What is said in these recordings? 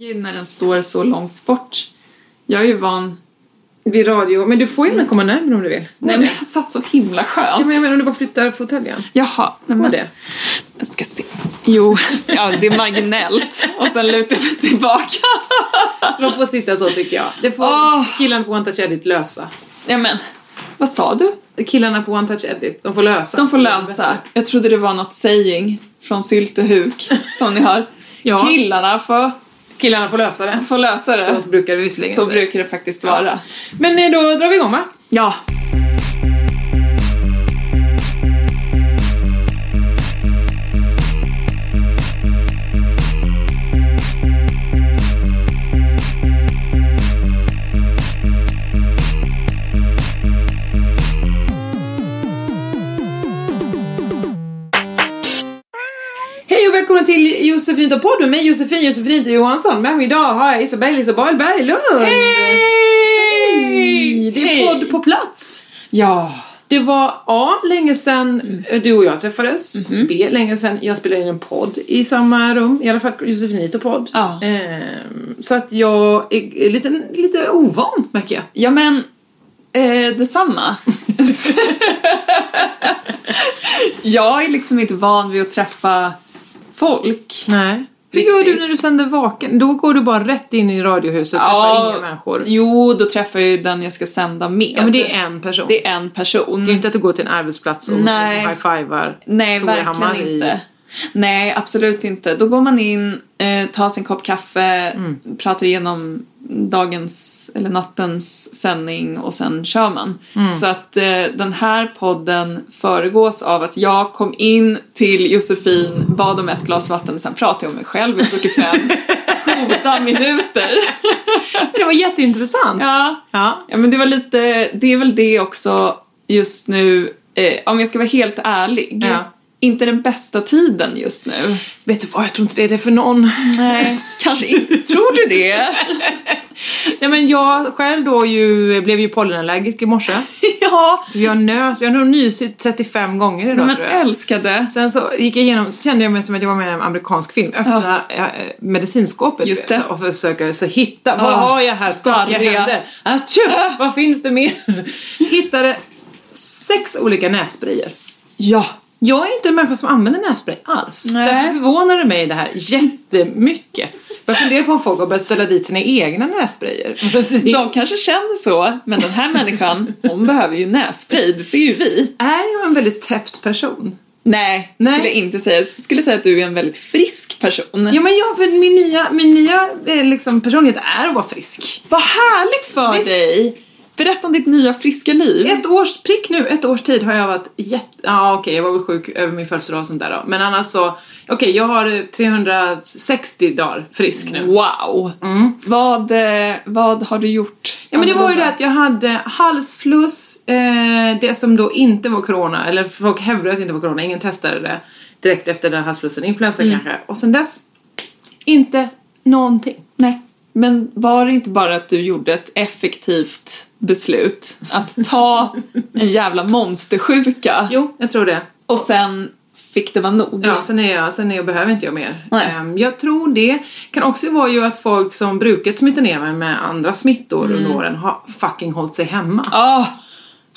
ju när den står så långt bort. Jag är ju van... Vid radio. Men du får gärna komma närmare om du vill. Nej men jag satt så himla skönt. Ja, men jag menar om du bara flyttar fåtöljen. Jaha, nej Var men det? Jag ska se. Jo, ja det är marginellt. Och sen lutar jag mig tillbaka. Man får sitta så tycker jag. Det får Åh. killarna på One Touch Edit lösa. Ja men, vad sa du? Killarna på One Touch Edit, de får lösa. De får lösa. Jag trodde det var något saying från Syltehuk som ni har. Ja. Killarna får, Killarna får lösa det. får lösa det. Så brukar det visserligen Så säga. brukar det faktiskt vara. Men eh, då drar vi igång va? Ja. Hej och välkomna till Josefinito podden med Josefin Josefinito Johansson. Med mig idag har jag Isabelle Isabel Berglund. Hej! Det är Hej! podd på plats. Ja. Det var A, länge sedan eh, du och jag träffades. B, länge sedan jag spelade in en podd i samma rum. I alla fall Josefinito podd. Ja. Ehm, så att jag är är lite, lite ovan märker jag. Ja men, eh, detsamma. jag är liksom inte van vid att träffa folk. Nej. Hur Riktigt. gör du när du sänder vaken? Då går du bara rätt in i radiohuset och träffar inga människor. Jo, då träffar jag ju den jag ska sända med. Ja men det är en person. Det är en person. Det är inte att du går till en arbetsplats och Nej. liksom high-fivar Nej, Tore verkligen Hammar i- inte. Nej, absolut inte. Då går man in, eh, tar sin kopp kaffe, Mm. pratar igenom dagens eller nattens sändning och sen kör man. Mm. Så att eh, den här podden föregås av att jag kom in till Josefin, bad om ett glas vatten och sen pratade jag om mig själv i 45 goda minuter. Men det var jätteintressant. ja. Ja. Ja men det var lite, det är väl det också just nu, eh, om jag ska vara helt ärlig. Ja. Inte den bästa tiden just nu. Vet du vad, jag tror inte det är det för någon. Nej, kanske inte. Tror du det? Nej men jag själv då ju, blev ju pollenallergisk i morse. ja, Så jag nös, jag har nog nysit 35 gånger idag men tror jag. älskade. Sen så gick jag igenom, så kände jag mig som att jag var med i en amerikansk film. Öppna eh, medicinskåpet Just du vet, det. och försöka så hitta, vad Ja. har jag här? Skakiga Darriga. händer. Atjo, vad finns det mer? Hittade sex olika nässprayer. Ja. Jag är inte en människa som använder nässpray alls. Nej. Därför förvånar det mig det här jättemycket. Jag funderar på om folk har börjat ställa dit sina egna nässprayer. De kanske känner så, men den här människan, hon behöver ju nässpray, det ser ju vi. Är jag en väldigt täppt person? Nej, Nej. skulle jag inte säga. Skulle säga att du är en väldigt frisk person. Ja men jag, för min nya, min nya eh, liksom, personlighet är att vara frisk. Vad härligt för Visst. dig! Berätta om ditt nya friska liv. Ett års, prick nu, ett års tid har jag varit jätte... Ja okej, jag var väl sjuk över min födelsedag och sånt där då. Men annars så, okej jag har eh, 360 dagar frisk nu. Wow! Vad, eh, vad har du gjort? Mm. Ja men det var ju det annorlunda? att jag hade halsfluss, eh, det som då inte var corona, eller folk hävdade att det inte var corona, ingen testade det direkt efter den halsflussen, influensa kanske. Och sen dess, inte någonting. Nej. Men var det inte bara att du gjorde ett effektivt beslut? Att ta en jävla monstersjuka Jo, jag tror det. och sen fick det vara nog? Ja, sen, är jag, sen är jag, behöver inte jag mer. Nej. Ehm, jag tror det kan också vara ju att folk som brukat smitta ner mig med andra smittor under åren har fucking hållit sig hemma. Ah,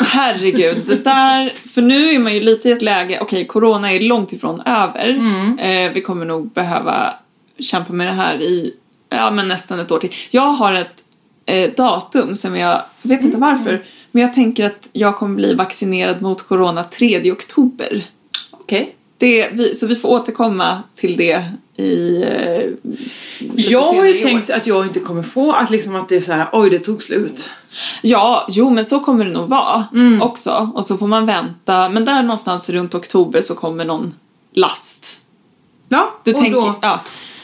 herregud, det där... För nu är man ju lite i ett läge, okej corona är långt ifrån över. Mm. Eh, vi kommer nog behöva kämpa med det här i ja, men nästan ett år till. Jag har ett eh, datum sen jag, jag vet Mm. inte varför, men jag tänker att jag kommer bli vaccinerad mot corona 3 oktober. Okej. Det, vi, så vi får återkomma till det i... Eh, lite Jag har ju senare i år. tänkt att jag inte kommer få att liksom att det är så här, oj det tog slut. Ja, jo men så kommer det nog vara Mm. också. Och så får man vänta, men där någonstans runt oktober så kommer någon last. Ja, Du och tänker, då- ja.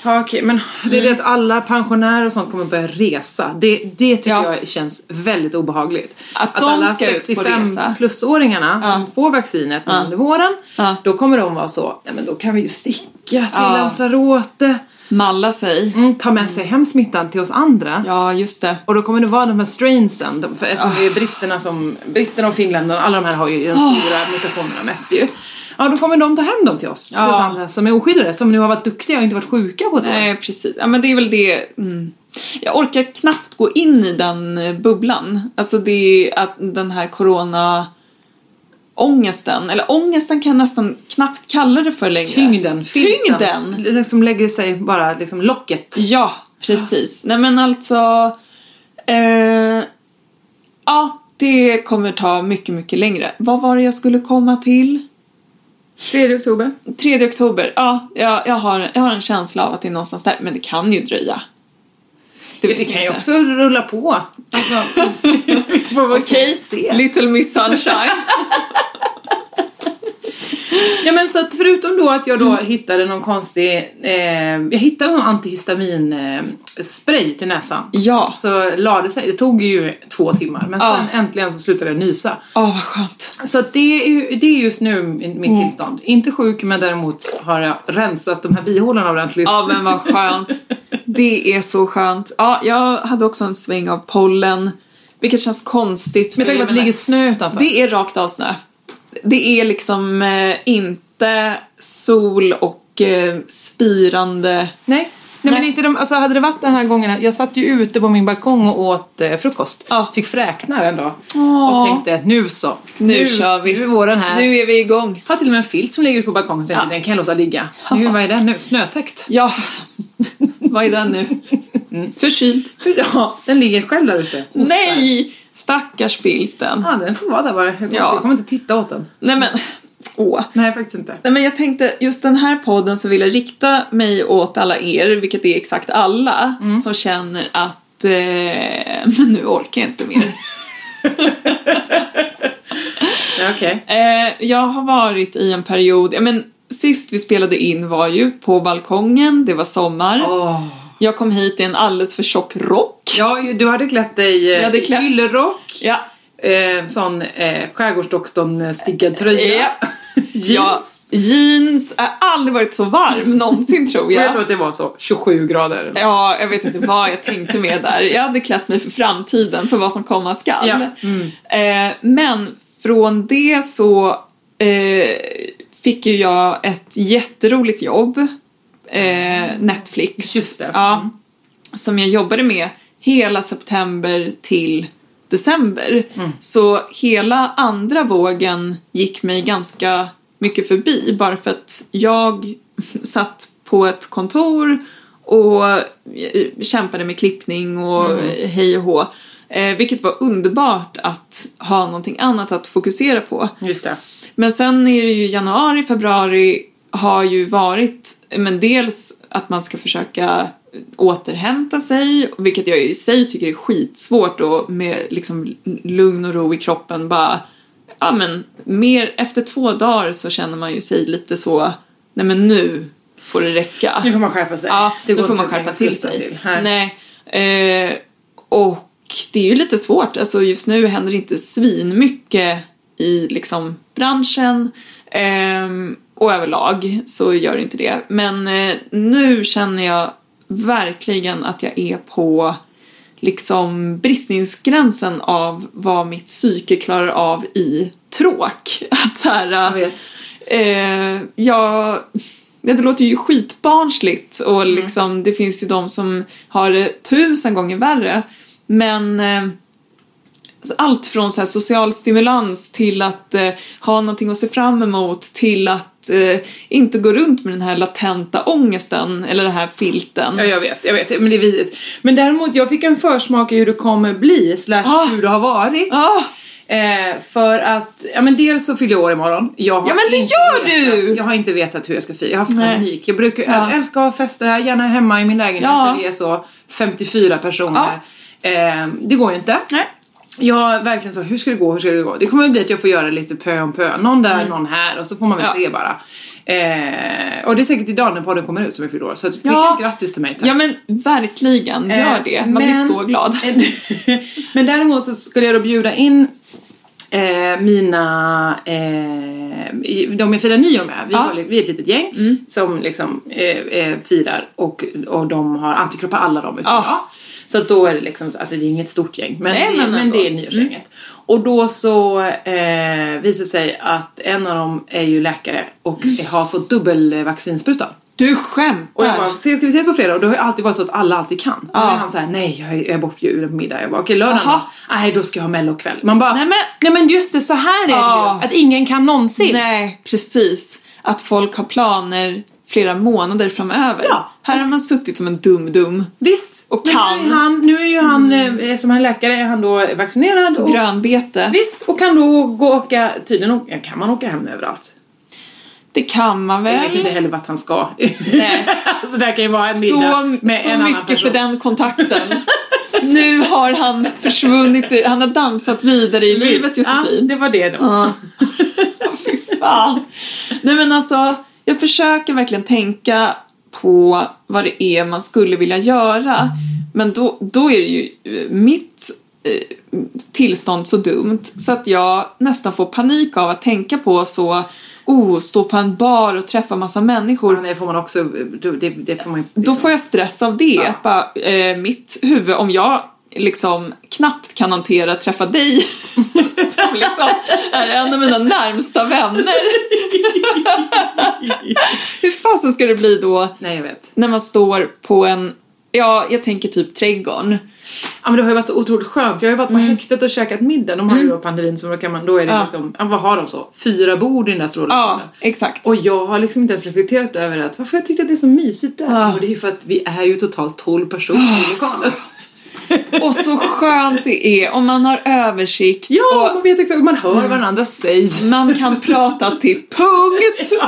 Ja, okej, men det är det att alla pensionärer och sånt kommer börja resa. Det, det tycker Ja. jag känns väldigt obehagligt. Att de alla ska ut på resa. 65 plusåringarna som får vaccinet nu under våren, Ja. då kommer de vara så, nej men då kan vi ju sticka till Ja. Lanzarote, malla sig. mm, ta med sig hem smittan till oss andra. Ja, Ah. just det. Och då kommer det vara de här strainsen, de- för eftersom det är britterna som, britterna och finländarna, alla de här har Ah. ju de stora mutationerna mest ju. Ja, då kommer de ta hem dem till oss, till oss andra som är oskyddade, som nu har varit duktiga och inte varit sjuka på ett år. Nej, precis. Ja, men det är väl det. Mm. Jag orkar knappt gå in i den eh, bubblan. Alltså det är att den här corona ångesten, eller ångesten kan jag nästan knappt kalla det för längre. Tyngden. filten. Tyngden! Liksom lägger sig bara liksom locket. Ja, precis. Nej men alltså... Eh, ja, det kommer ta mycket, mycket längre. Vad var det jag skulle komma till? 3 oktober. 3 oktober. Ja, jag, jag, har, jag har en känsla av att det är någonstans där. Men det kan ju dröja. Det, vet kan ju jag också rulla på. Alltså, vi får väl Okej, se. Little Miss Sunshine. Ja, men så att förutom då att jag då Mm. hittade någon konstig, eh, jag hittade någon antihistamin eh, spray till näsan. ja. Så lade sig, det tog ju två timmar men Ja. sen äntligen så slutade jag nysa. Åh, vad skönt. Så att det är, ju- det är just nu min- mitt Mm. tillstånd. Inte sjuk men däremot har jag rensat de här bihålorna ordentligt. Ja, men vad skönt. Det är så skönt. Ja, jag hade också en sväng av pollen. Vilket känns konstigt. Med för tanke på jag att det menar- ligger snö utanför. Det är rakt av snö. Det är liksom eh, inte sol och eh, spirande... Nej. Nej, men inte de, alltså hade det varit den här gången, jag satt ju ute på min balkong och åt eh, frukost. Ja. Fick fräknar en dag. Åh. Och tänkte att nu så. Nu kör vi. Nu är våren här. Nu är vi igång. Har till och med en filt som ligger ute på balkongen och tänkte, den kan jag låta ligga. Nu, vad är den nu? Snötäckt. Ja, vad är den nu? Förkyld. För, ja, den ligger själv där ute. Mm. Hostar. Nej! Stackars filten. Ja, den får vara där bara. Jag kommer, Ja. inte, jag kommer inte titta åt den. Nej men, åh. Nej, faktiskt inte. Nej, men jag tänkte, just den här podden så vill jag rikta mig åt alla er, vilket är exakt alla, som känner att eh, men nu orkar jag inte mer. Ja, Okej. Eh, jag har varit i en period, ja, men sist vi spelade in var ju på balkongen, det var sommar. Åh. Jag kom hit i en alldeles för tjock rock. Ja, ju- du hade klätt dig eh, Jag hade klätt- yllerock, Ja. eh, sån eh, skärgårdsdoktorn-stickad tröja, Ja. jeans. Ja, jeans. Jag har aldrig varit så varm någonsin tror Och Jag tror jag. att det var så, 27 grader. eller Ja, jag vet inte vad jag tänkte med där. Jag hade klätt mig för framtiden, för vad som komma skall. Ja, mm. Eh, men från det så eh, fick ju jag ett jätteroligt jobb. Eh, Netflix. Just det. Ja, Som jag jobbade med hela september till december. Mm. Så hela andra vågen gick mig ganska mycket förbi bara för att jag satt på ett kontor och eh, kämpade med klippning och Mm. eh, hej och hå. Eh, vilket var underbart att ha någonting annat att fokusera på. Just det. Men sen är det ju januari, februari har ju varit, men dels att man ska försöka återhämta sig, vilket jag i sig tycker är skitsvårt och med liksom lugn och ro i kroppen bara, ja men mer, efter två dagar så känner man ju sig lite så, nej men nu får det räcka. Nu får man skärpa sig. Ja, det nu går typ får man inte att skärpa till skjuta sig. Nej. Nej. Eh, och det är ju lite svårt. Alltså just nu händer det inte svinmycket i liksom branschen. Ehm, och överlag så gör det inte det. Men eh, nu känner jag verkligen att jag är på liksom bristningsgränsen av vad mitt psyke klarar av i tråk. Att så här, jag vet. Eh, ja, det låter ju skitbarnsligt och Mm. liksom, det finns ju de som har det tusen gånger värre. Men eh, allt från så här social stimulans till att eh, ha någonting att se fram emot till att eh, inte gå runt med den här latenta ångesten eller den här filten. Ja, jag vet, jag vet, men det är vidrigt. Men däremot, jag fick en försmak i hur det kommer bli, slash Ah. hur det har varit. Ah! Eh, för att, ja men dels så fyller jag år imorgon. Jag har Ja, men det inte gör vetat, du! Jag har inte vetat hur jag ska fira, jag har haft Nej. panik. Jag brukar, Ja. jag älskar att ha fester här, gärna hemma i min lägenhet Ja. Ah. där vi är så 54 personer. Eh, det går ju inte. Nej. Jag har verkligen så, hur ska det gå, hur ska det gå? Det kommer bli att jag får göra lite pö om pö. Någon där, någon här och så får man väl Mm. Ja. se bara. Eh, och det är säkert idag när podden kommer ut som jag fyller år. Så skicka Ja. ett grattis till mig tack. Ja men verkligen, gör Eh, det. Man blir men- Eh, så glad. men däremot så skulle jag då bjuda in eh, mina, eh, i- de jag firar nyår med. Vi, Ja. Mm. har, li- vi är ett litet gäng som liksom eh, eh, firar och, och de har antikroppar alla de utom Ja. jag. Så att då är det liksom, alltså det är inget stort gäng men, Nej, det, men men, ändå. Mm. det är nyårsgänget. Och då så eh, visar det sig att en av dem är ju läkare och Mm. har fått dubbelvaccinspruta. Du Och jag skämtar! bara, "Se, ska vi ses på fredag? Och då har jag alltid varit så att alla alltid kan. Ja. Och då är han såhär, nej jag är, jag är bortbjuden på middag. Jag bara, okej lördagen Jaha. då? Nej då ska jag ha mellokväll. Man bara, Nej, nej men- men, nej men just det, så här är Ja. det ju. Att ingen kan någonsin. Nej, precis. Att folk har planer flera månader framöver. Ja. Här har man suttit som en dum-dum. Visst, Och men kan. Mm. Nu är, han, nu är ju han, eh, som han är läkare, är han då vaccinerad. Och, Grönbete. visst, och kan då gå och åka, tydligen åka- kan man åka hem överallt. Det kan man Jag vet ju inte väl? heller vart han ska. Nej. så där kan ju vara en middag Så, med så en annan mycket för person. den kontakten. nu har han försvunnit, i- han har dansat vidare i livet Ja, Josefin. det var det då. Ja. Fy fan. Nej men alltså, jag försöker verkligen tänka på vad det är man skulle vilja göra. Men då, då är det ju eh, mitt eh, tillstånd så dumt så att jag nästan får panik av att tänka på så, oh, stå på en bar och träffa massa människor. Ja, nej, får man också, det, det får man ju Då får jag stress av det. Ja. Att bara, eh, mitt huvud, om jag liksom knappt kan hantera att träffa dig som liksom är en av mina närmsta vänner. Hur fasen ska det bli då Nej jag vet. när man står på en, ja jag tänker typ trädgården. Ja men det har ju varit så otroligt skönt. Jag har ju varit på häktet och käkat middag. De har ju pandemin så då kan man, då är det Mm. Ja. liksom, ja, vad har de så? Fyra bord i den där Ja, strålokalen. exakt. Och jag har liksom inte ens reflekterat över att varför jag tyckte att det är så mysigt där. Ja. Och det är ju för att vi är ju totalt 12 personer i lokalen. Och så skönt det är om man har översikt Ja, och man vet exakt, man hör Mm. vad den andra säger. man kan prata till punkt.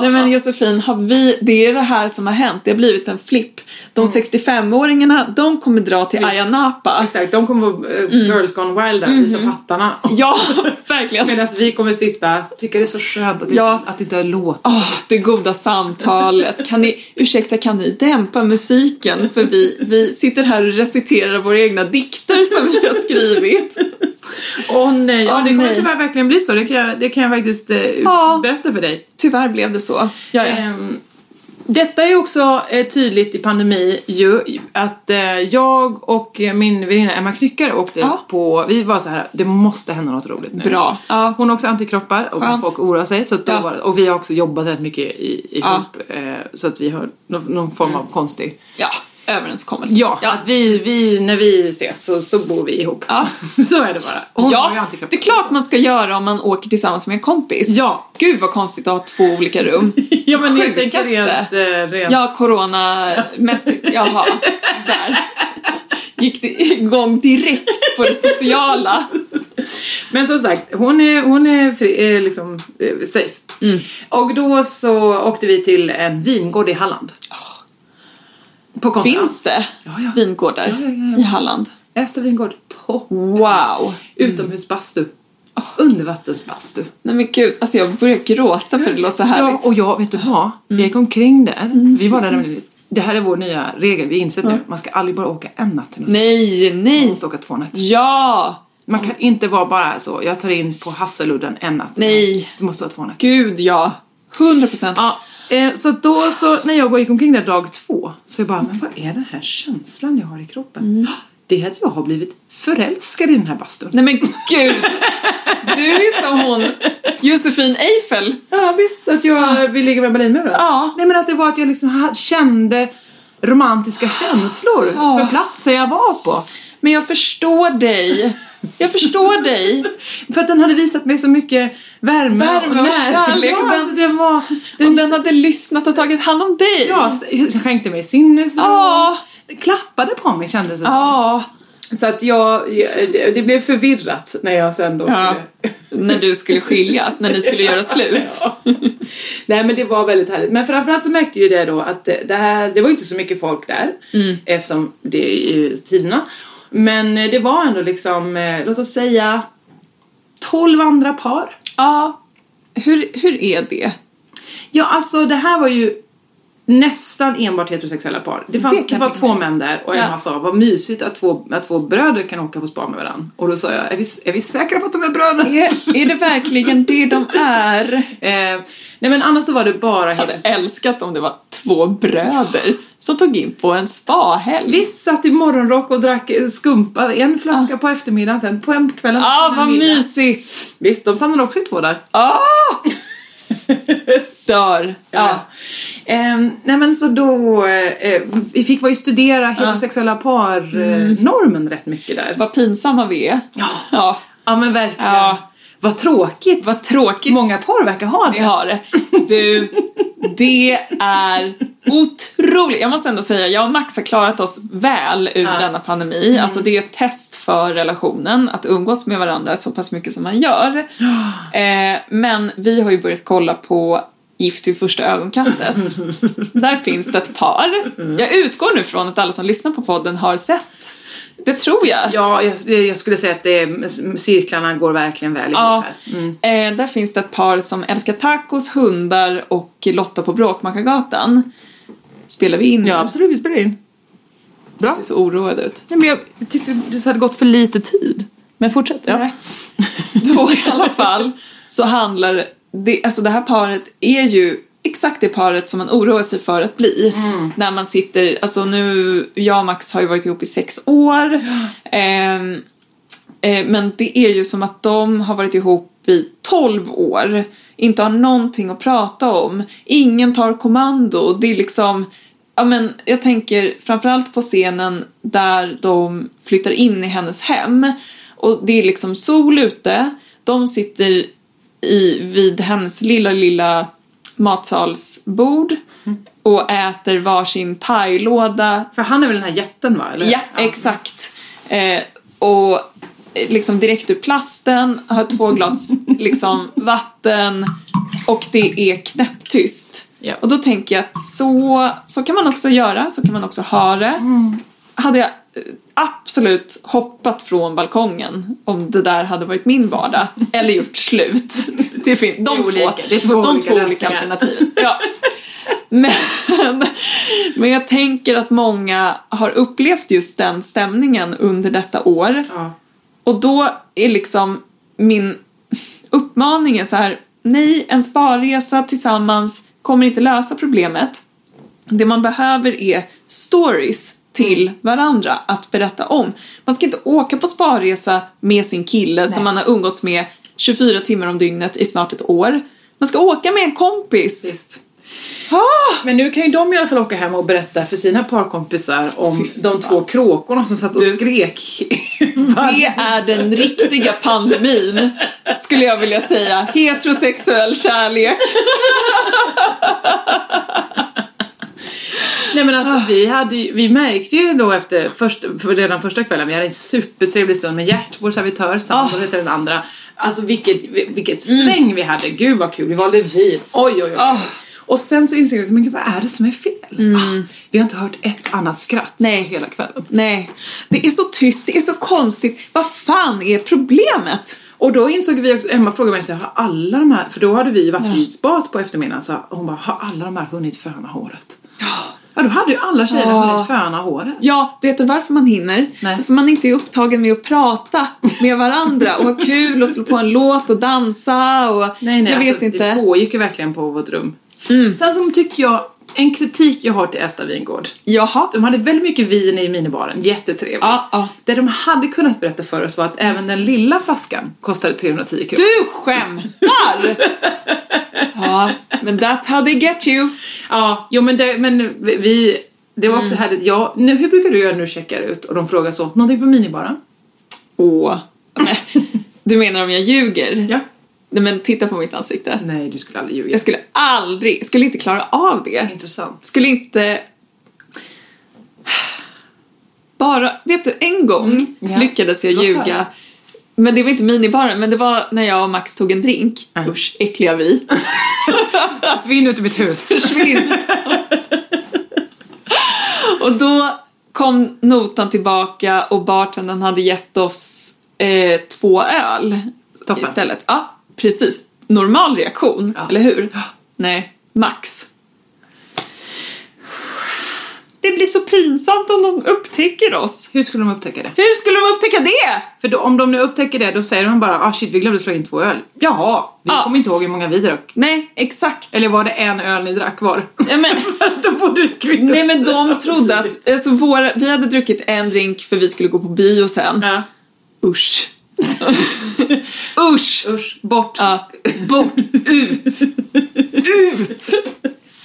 Nej men Josefin, har vi, det är det här som har hänt. Det har blivit en flipp. De Mm. 65-åringarna, de kommer dra till Ayia Napa. Exakt, de kommer vara eh, girls gone wild där, visa pattarna. Mm. Ja, verkligen. Medan vi kommer sitta, tycker det är så skönt att det, Ja. att det inte är låt. Åh, det goda samtalet. Kan ni, ursäkta, kan ni dämpa musiken? För vi, vi sitter här och reciterar våra egna dikter som vi har skrivit. Åh nej, ja, Åh, det kommer nej. tyvärr verkligen bli så. Det kan jag, det kan jag faktiskt eh, Ja. berätta för dig. Tyvärr blev det så. Ja, ja. Ehm, detta är ju också eh, tydligt i pandemi ju, att eh, jag och eh, min väninna Emma Knyckare åkte Ja. på, vi var så här, det måste hända något roligt nu. Bra. Ja. Hon har också antikroppar och Skönt. folk oroar sig. Så att då Ja. var, det- och vi har också jobbat rätt mycket i, Ja. Mm. ihop eh, så att vi har någon, någon form av konstig... ja, överenskommelse. Ja, ja. Att vi, vi, när vi ses så, så bor vi ihop. Ja. så är det bara. Och hon har ju Ja, antikroppar. det är klart man ska göra om man åker tillsammans med en kompis. Ja. Gud vad konstigt att ha två olika rum. Ja men jag tänker Sjukaste. rent, eh, rent Ja, coronamässigt. Jaha, där. Gick det igång direkt på det sociala. Men som sagt, hon är, hon är, fri, är liksom eh, safe. Mm. Och då så åkte vi till en vingård i Halland. På konferens. Ah. Finns det Ja, ja. vingårdar Ja, ja, ja, i ja. Halland? Ästa vingård. Topp. Wow! Oh, Utomhusbastu. Undervattensbastu. Nej men gud, alltså jag börjar gråta för det låter så Ja, härligt. Mm. och jag, vet du vad? Vi gick omkring där. Vi var där nämligen. Det här är vår nya regel, vi har insett nu. Man ska aldrig bara åka en natt till någonstans. Nej, Man nej! måste åka två nätter. Ja! Man kan inte vara bara så, jag tar in på Hasseludden en natt. Nej. Du måste vara två nätter. Gud ja! 100 procent. Ja, eh, så att då så när jag gick omkring där dag två så jag bara, men vad är den här känslan jag har i kroppen? Mm. Det är att jag har blivit förälskad i den här bastun. Nej men gud! Du är som hon Josefin Eiffel. Ja visst, att jag vill ligga med Berlinmuren. Ja. Nej men att det var att jag liksom ha- kände romantiska känslor Ja. för platsen jag var på. Men jag förstår dig. Jag förstår dig. För att den hade visat mig så mycket värme, Värme och närhet. kärlek. Ja, Den- den, den var... Den, Om den hade lyssnat och tagit hand om dig. ja, s- skänkte mig sinnesro. Ja. Klappade på mig kändes det som. Ja. Så att jag, jag- det- det blev förvirrat när jag sen då Ja. skulle... När du skulle skiljas, när ni skulle göra slut. Ja. Nej men det var väldigt härligt. Men framförallt så märkte ju det då att det, det här, det var inte så mycket folk där. Mm. Eftersom det är ju tiderna. Men eh, det var ändå liksom, eh, låt oss säga 12 andra par. Ja. Hur, hur är det? Ja, alltså det här var ju nästan enbart heterosexuella par. Det, fanns, Det det, kan var jag tänka två män där och Ja. Emma sa vad mysigt att två, att två bröder kan åka på spa med varandra. Och då sa jag, är vi, är vi säkra på att de är bröder? Är, är det verkligen det de är? Eh, nej men annars så var det bara Jag hade heterosexuella. älskat om det var två bröder som tog in på en spahelg. Visst satt i morgonrock och drack eh, skumpa, en flaska på eftermiddagen sen på kvällen. Ah, vad middag. mysigt! Visst, de stannade också i två där. Ah! Dör. Ja. Ja. Ehm, nej men så då, eh, vi fick vara ju studera heterosexuella par-normen rätt mycket där. Vad pinsamma vi är. Ja. ja. Ja men verkligen. Ja. Vad tråkigt. Vad tråkigt Många par verkar ha det. ni har det. Du, det är otroligt. Jag måste ändå säga, jag och Max har klarat oss väl ur denna pandemi. Mm. Alltså det är ett test för relationen att umgås med varandra så pass mycket som man gör. Eh, men vi har ju börjat kolla på Gift vid första ögonkastet. Där finns det ett par. Mm. Jag utgår nu från att alla som lyssnar på podden har sett. Det tror jag. Ja, jag, det- jag skulle säga att det, cirklarna går verkligen väl ihop Ja, här. Mm. eh, där finns det ett par som älskar tacos, hundar och Lotta på Bråkmakargatan. Spelar vi in? nu? Ja absolut, vi spelar in. Du ser så oroad ut. Nej, men jag, jag tyckte det hade gått för lite tid. Men fortsätt. Ja. Nej. Då i alla fall så handlar det, alltså det här paret är ju exakt det paret som man oroar sig för att bli. Mm. När man sitter, alltså nu, jag och Max har ju varit ihop i sex år. Ehm, Eh, men det är ju som att de har varit ihop i 12 år, inte har någonting att prata om, ingen tar kommando, det är liksom Ja, men jag tänker framförallt på scenen där de flyttar in i hennes hem och det är liksom sol ute, de sitter i, vid hennes lilla, lilla matsalsbord och äter varsin thailåda För han är väl den här jätten va? Eller? Ja, exakt. Eh, och eh, liksom direkt ur plasten, har två glas liksom, vatten och det är knäpptyst. Ja. Och då tänker jag att så, så kan man också göra, så kan man också ha det. Mm. Hade jag eh, absolut hoppat från balkongen om det där hade varit min vardag. Eller gjort slut. Det fin- de Det är två, olika. Det är två de olika två olika lösningar. alternativen. Ja. Men, men jag tänker att många har upplevt just den stämningen under detta år. Ja. Och då är liksom min uppmaning är så här, nej, en sparresa tillsammans kommer inte lösa problemet. Det man behöver är stories till varandra att berätta om. Man ska inte åka på sparresa med sin kille som man har umgåtts med 24 timmar om dygnet i snart ett år. Man ska åka med en kompis. Visst. Ah! Men nu kan ju de i alla fall åka hem och berätta för sina parkompisar om de två kråkorna som satt och Du. skrek. Det är den riktiga pandemin, skulle jag vilja säga. Heterosexuell kärlek. Nej men alltså vi, hade, ju- vi märkte ju då efter först, för redan första kvällen, vi hade en supertrevlig stund med Gert, vår servitör, Ah. Sandor heter den andra. Alltså vilket, vilket sväng vi hade, gud vad kul, vi valde vin, oj oj oj. Mm. Ah. Mm. Och sen så insåg vi, men gud, vad är det som är fel? Ah, vi har inte hört ett annat skratt Nej. hela kvällen. Nej, det är så tyst, det är så konstigt. Vad fan är problemet? Och då insåg vi också, Emma frågade mig så här, har alla de här, för då hade vi varit i spat på eftermiddagen, så hon bara, har alla de här hunnit föna håret? Ja, då hade ju alla tjejerna Ja. hunnit föna håret. Ja, vet du varför man hinner? Nej. För man inte är upptagen med att prata med varandra och ha kul och slå på en låt och dansa och... Nej, nej, jag vet alltså, inte. Mm. Det pågick ju verkligen på vårt rum. Sen som tycker jag, en kritik jag har till Ästa vingård. Jaha. De hade väldigt mycket vin i minibaren, jättetrevligt. Ja, ja. Det de hade kunnat berätta för oss var att även den lilla flaskan kostade 310 kronor. Du skämtar! ja, men that's how they get you. Ja, jo men det, men vi, det var också Mm. härligt. Ja, nu, hur brukar du göra när du checkar ut och de frågar så, någonting från minibaren? Åh, Men, du menar om jag ljuger? Ja. Nej men titta på mitt ansikte. Nej, du skulle aldrig ljuga. Jag skulle aldrig, skulle inte klara av det. Intressant. Skulle inte... Bara, vet du, en gång Mm, Ja. lyckades jag Låt ljuga. höra. Men det var inte minibaren, men det var när jag och Max tog en drink. Mm. Usch, äckliga vi. Försvinn ut ur mitt hus. Försvinn! och då kom notan tillbaka och bartendern hade gett oss eh, två öl Toppen. istället. Ja, precis. Normal reaktion, Ja. eller hur? Nej, max. Det blir så pinsamt om de upptäcker oss. Hur skulle de upptäcka det? Hur skulle de upptäcka det? För då, om de nu upptäcker det, då säger de bara ah shit, vi glömde slå in två öl. Jaha, vi Ja. kommer inte ihåg hur många vi drack. Nej, exakt. Eller var det en öl ni drack var? Nej, men, då borde du kvitta. nej, men de trodde att... Alltså, våra, vi hade druckit en drink för vi skulle gå på bio sen. Ja. Usch. Usch! Usch, bort. Ja. Bort, ut, ut!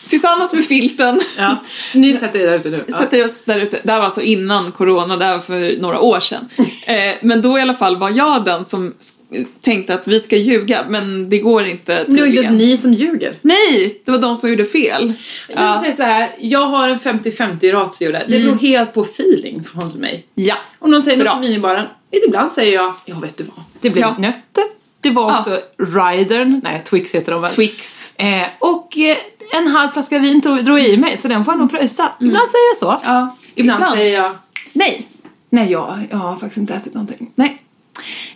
Tillsammans med filten. Ja. Ni sätter er där ute nu. Ja. Sätter oss där ute. Det här var alltså innan corona, det här var för några år sedan. Eh, men då i alla fall var jag den som s- tänkte att vi ska ljuga, men det går inte Men det är ju inte ens tydligen. ni som ljuger. Nej! Det var de som gjorde fel. Jag Ja. säger så här, jag har en 50-50 ratio där. Det beror helt på feeling från mig. ja. Om någon säger Bra. något från minibaren, ibland säger jag, ja vet du vad, det blev Ja. nötter. Det var Ja. också Ridern, nej Twix heter de väl? Twix. Eh, och eh, en halv flaska vin tog, drog jag i mig så den får jag nog pröjsa. Ibland säger jag så. Ja. Mm. Ibland, Ibland. säger jag, Nej. nej jag, jag har faktiskt inte ätit någonting. Nej.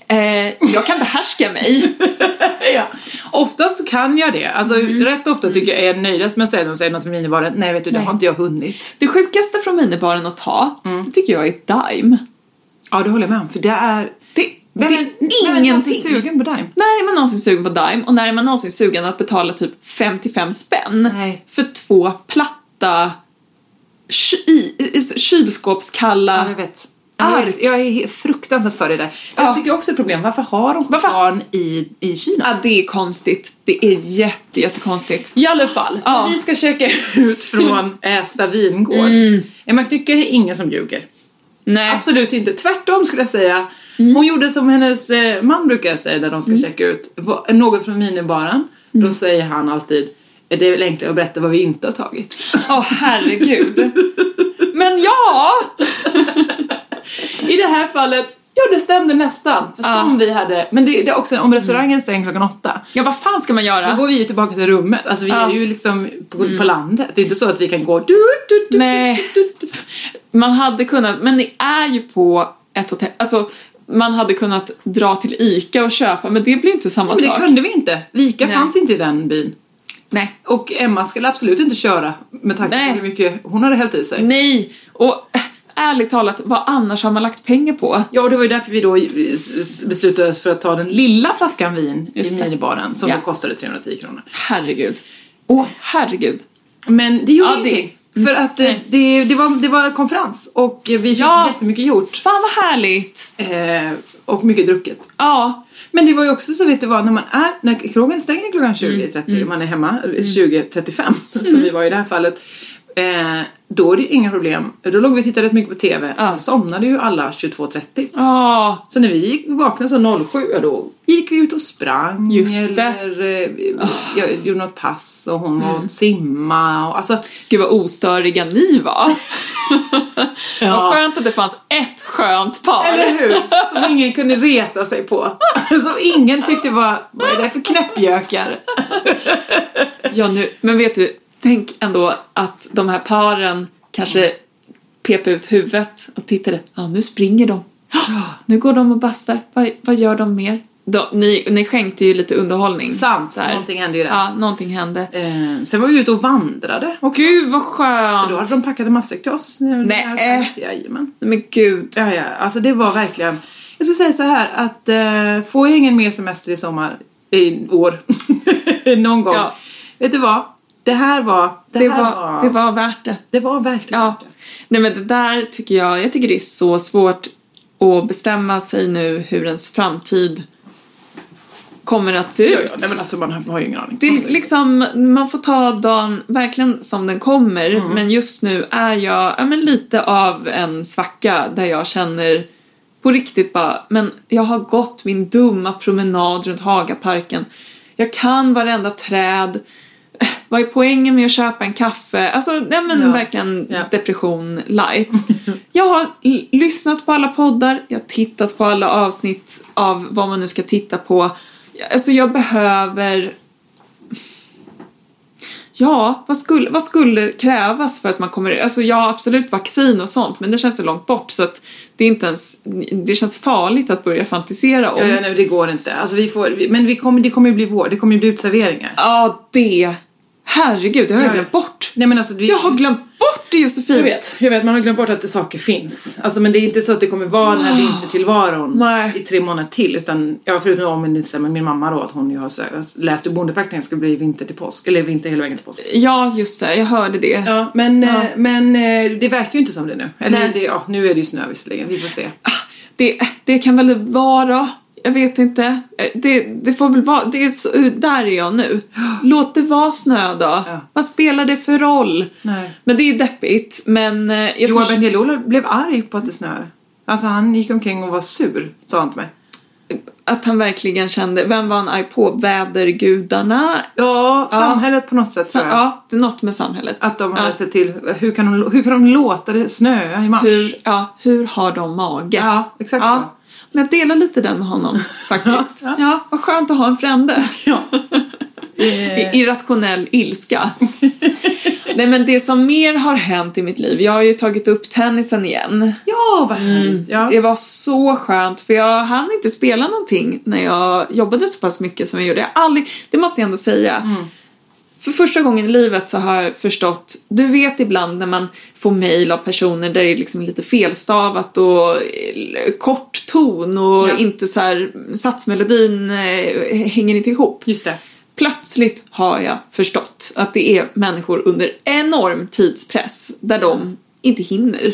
Eh, jag kan behärska mig. ja. Oftast så kan jag det. Alltså Mm. rätt ofta tycker jag är nöjdast med att säga de säger något från minibaren, nej vet du det Nej. har inte jag hunnit. Det sjukaste från minibaren att ta, Mm. det tycker jag är Dime. Ja det håller jag med om för det är Det, Vem det är, är vem är någonsin ingenting. sugen på Dime? När är man någonsin sugen på Dime och när är man någonsin sugen att betala typ 55 spänn Nej. för två platta ky- i- i- kylskåpskalla... jag vet. Jag, Ark. vet, jag är he- fruktansvärt för det där. Jag Ja. tycker också det är ett problem, varför har de Varför? barn i, i Kina? Ja, det är konstigt. Det är jätte, jättekonstigt. I alla fall, Ja. när vi ska checka ut från Ästa vingård. Mm. Emma Knyckare är ingen som ljuger. Nej. Mm. Absolut inte. Tvärtom skulle jag säga. Hon gjorde som hennes eh, man brukar säga när de ska checka ut va- något från minibaren. Mm. Då säger han alltid det är väl enklare att berätta vad vi inte har tagit. Åh herregud. Men ja! I det här fallet, ja det stämde nästan. För Ja. Mm. som vi hade, men det, det är också om restaurangen stänger klockan åtta. Ja, vad fan ska man Då göra? går vi ju tillbaka till rummet, alltså vi Ja. Mm. är ju liksom på, på landet. Det är inte så att vi kan gå du, du, du, Nej. du, du, du. Man hade kunnat, men ni är ju på ett hotell. Alltså, man hade kunnat dra till ICA och köpa, men det blir inte samma Men det sak. kunde vi inte. Vika Nej. fanns inte i den byn. Nej. Och Emma skulle absolut inte köra med tanke Nej. på hur mycket hon hade hällt i sig. Nej! Och äh, ärligt talat, vad annars har man lagt pengar på? Ja, och det var ju därför vi då eh, beslutade oss för att ta den lilla flaskan vin Just i det. minibaren som Ja. då kostade 310 kronor. Herregud. Åh, herregud. Men det gjorde Ja, det- ingenting. För att eh, Nej. det, det, var, det var konferens och eh, vi fick Ja. jättemycket gjort. Fan vad härligt! Eh, och mycket drucket. Ja, Men det var ju också så, vet du vad, när man är, när krogen stänger klockan 20.30 och man är hemma eh, 20.35 som vi var i det här fallet. Eh, då är det ju inga problem. Då låg vi och tittade rätt mycket på TV. Ja. Sen somnade ju alla 22.30. ja, Så när vi gick, vaknade så 07, ja då gick vi ut och sprang. Just det. Eller eh, jag gjorde något pass och hon var och simma och alltså. gud vad ostöriga ni var. Ja. Vad skönt att det fanns ett skönt par. Eller hur? Som ingen kunde reta sig på. Som ingen tyckte var, vad är det för knäppjökar? Ja, nu, men vet du, tänk ändå att de här paren kanske pep ut huvudet och tittade. Ja, nu springer de. Ja, Nu går de och bastar. Vad, vad gör de mer? De, ni, ni skänkte ju lite underhållning. Sant, Så här. någonting hände ju där. Ja, någonting hände. Eh, sen var vi ute och vandrade också. Gud vad Då skönt! hade de packat en matsäck till oss. Nej. eh. Jajamän. Men gud. Ja, ja, alltså det var verkligen. Jag ska säga så här att eh, får jag ingen mer semester i sommar, i år, någon gång. Ja. Vet du vad? Det här var, det, Det här var, var, det var värt det. det var verkligen Ja. Nej men det där tycker jag, jag tycker det är så svårt att bestämma sig nu hur ens framtid kommer att se Ja, ut. ja, nej men alltså man har- man har ju ingen aning. Det Alltså, är liksom, man får ta dagen verkligen som den kommer Mm. men just nu är jag ja, men lite av en svacka där jag känner på riktigt bara, men jag har gått min dumma promenad runt Hagaparken. Jag kan varenda träd. Vad är poängen med att köpa en kaffe? Alltså, nej men Ja. verkligen Ja. depression light. Jag har l- lyssnat på alla poddar, jag har tittat på alla avsnitt av vad man nu ska titta på. Alltså jag behöver... Ja, vad skulle, vad skulle krävas för att man kommer... Alltså ja, absolut vaccin och sånt, men det känns så långt bort så att det är inte ens... Det känns farligt att börja fantisera om. Ja, ja, nej, det går inte. Alltså, vi får, vi- men vi kommer, det kommer ju bli vår, det kommer ju bli utserveringar. Ja, det... Herregud, det har jag Ja. glömt bort! Nej men alltså, vi, Jag har glömt bort det Josefin! Jag vet, jag vet, man har glömt bort att det saker finns. Alltså men det är inte så att det kommer vara den här vintertillvaron Nej. i tre månader till. Utan, ja förutom om det inte stämmer min mamma då att hon ju har sö- läst ur bondepraktiken ska bli vinter till påsk. Eller vinter hela vägen till påsk. Ja, just det, jag hörde det. Ja men, eh, men eh, det verkar ju inte som det nu. Eller Nej. det, ja, nu är det ju snö visserligen, vi får se. Ah, det, det kan väl vara, jag vet inte. Eh, Det, det får väl vara, det är så, där är jag nu. Låt det vara snö då. Ja. Vad spelar det för roll? Nej. Men det är deppigt, men eh, jag Johan förs- Bendjelloul blev arg på att det snöar. Alltså han gick omkring och var sur, sa han till mig. att han verkligen kände, vem var han arg på? Vädergudarna? Ja, Ja. samhället på något sätt Sa- tror jag. Ja, det är något med samhället. Att de hade ja. sett till, hur kan, de, hur kan de låta det snöa i mars? hur, ja, hur har de mage? Ja, exakt så. Men jag delar lite den med honom faktiskt. Ja, ja. ja, vad skönt att ha en frände. Eh. Irrationell ilska. Nej men det som mer har hänt i mitt liv, jag har ju tagit upp tennisen igen. Ja, vad härligt! Ja. Mm. Det var så skönt för jag hann inte spela någonting när jag jobbade så pass mycket som jag gjorde. Jag har aldrig, det måste jag ändå säga. Mm. För första gången i livet så har jag förstått, du vet ibland när man får mejl av personer där det är liksom lite felstavat och eh, kort ton och Ja. inte så här, satsmelodin eh, hänger inte ihop. Just det. Plötsligt har jag förstått att det är människor under enorm tidspress där de inte hinner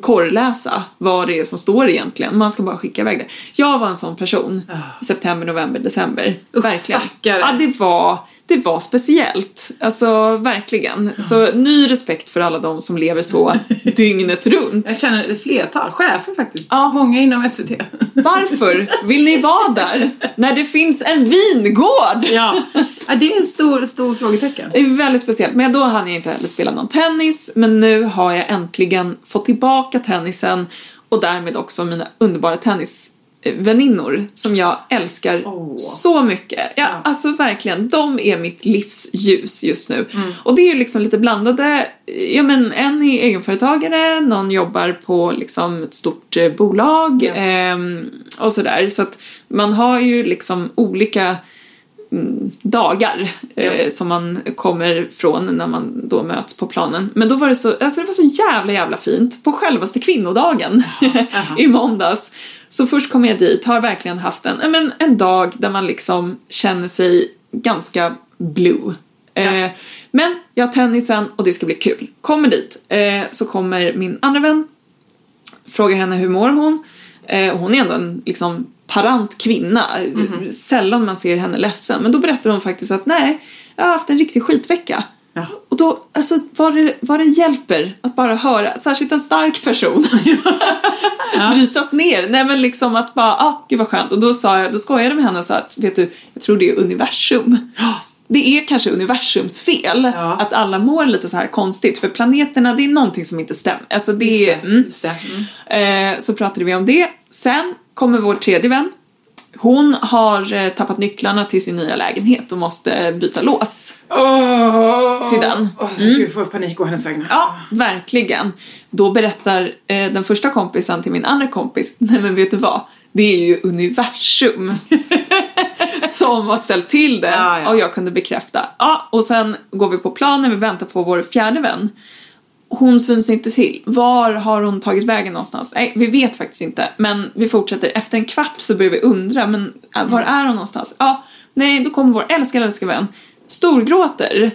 korrläsa vad det är som står egentligen. Man ska bara skicka iväg det. Jag var en sån person. September, november, december. Ah. Usch, verkligen. stackare. Ja, det var, det var speciellt. Alltså, verkligen. Så ny respekt för alla de som lever så dygnet runt. Jag känner ett flertal chefer faktiskt. Ja. Många inom SVT. Varför vill ni vara där när det finns en vingård? ja. ja, det är en stor, stor frågetecken. Det är väldigt speciellt, men då hann jag inte heller spela någon tennis. Men nu har jag äntligen fått tillbaka tennisen och därmed också mina underbara tennisväninnor som jag älskar Åh. så mycket. Ja, Alltså verkligen, de är mitt livsljus just nu. Och det är ju liksom lite blandade, ja men en är egenföretagare, någon jobbar på liksom ett stort eh, bolag Ja. ehm, och sådär. Så att man har ju liksom olika dagar eh, som man kommer från när man då möts på planen. Men då var det så, alltså det var så jävla jävla fint på självaste kvinnodagen i måndags. Så först kom jag dit, har verkligen haft en, ja, men en dag där man liksom känner sig ganska blue. Eh, men jag har tennisen och det ska bli kul. Kommer dit eh, så kommer min andra vän frågar henne hur mår hon. Eh, hon är ändå en liksom, parant kvinna. Mhm. Sällan man ser henne ledsen. Men då berättar hon faktiskt att nej, jag har haft en riktig skitvecka. Ja. Och då, alltså vad det, vad det hjälper att bara höra, särskilt en stark person, brytas ner. Nej men liksom att bara, ah gud vad skönt. Och då, sa jag, då skojade jag med henne och sa att, vet du, jag tror det är universum. Det är kanske universums fel Ja. att alla mår lite så här konstigt. För planeterna, det är någonting som inte stämmer. Alltså det Just är... det. Mm. Just det. Mm. Eh, så pratade vi om det. Sen kommer vår tredje vän. Hon har eh, tappat nycklarna till sin nya lägenhet och måste eh, byta lås. Åh, Till den. Mm. Åh, Gud, jag får panik å hennes vägnar. Ja, verkligen. Då berättar eh, den första kompisen till min andra kompis, nej men vet du vad? Det är ju universum som har ställt till det. Ja, ja. Och jag kunde bekräfta. Ja, och sen går vi på planen, vi väntar på vår fjärde vän. Hon syns inte till. Var har hon tagit vägen någonstans? Nej, vi vet faktiskt inte. Men vi fortsätter. Efter en kvart så börjar vi undra, men äh, var är hon någonstans? Ja, nej, då kommer vår älskade, älskade vän. Storgråter.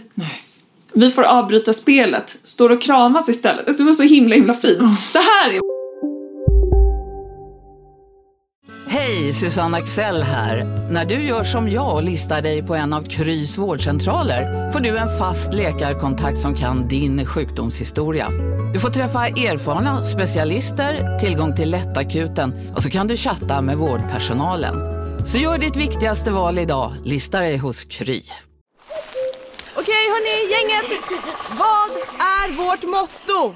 Vi får avbryta spelet, står och kramas istället. Mm. Alltså, Det var så himla himla fint. Det här är Hej, Susanne Axel här. När du gör som jag och listar dig på en av Krys vårdcentraler får du en fast läkarkontakt som kan din sjukdomshistoria. Du får träffa erfarna specialister, tillgång till lättakuten och så kan du chatta med vårdpersonalen. Så gör ditt viktigaste val idag, listar dig hos Kry. Okej hörni, gänget! Vad är vårt motto?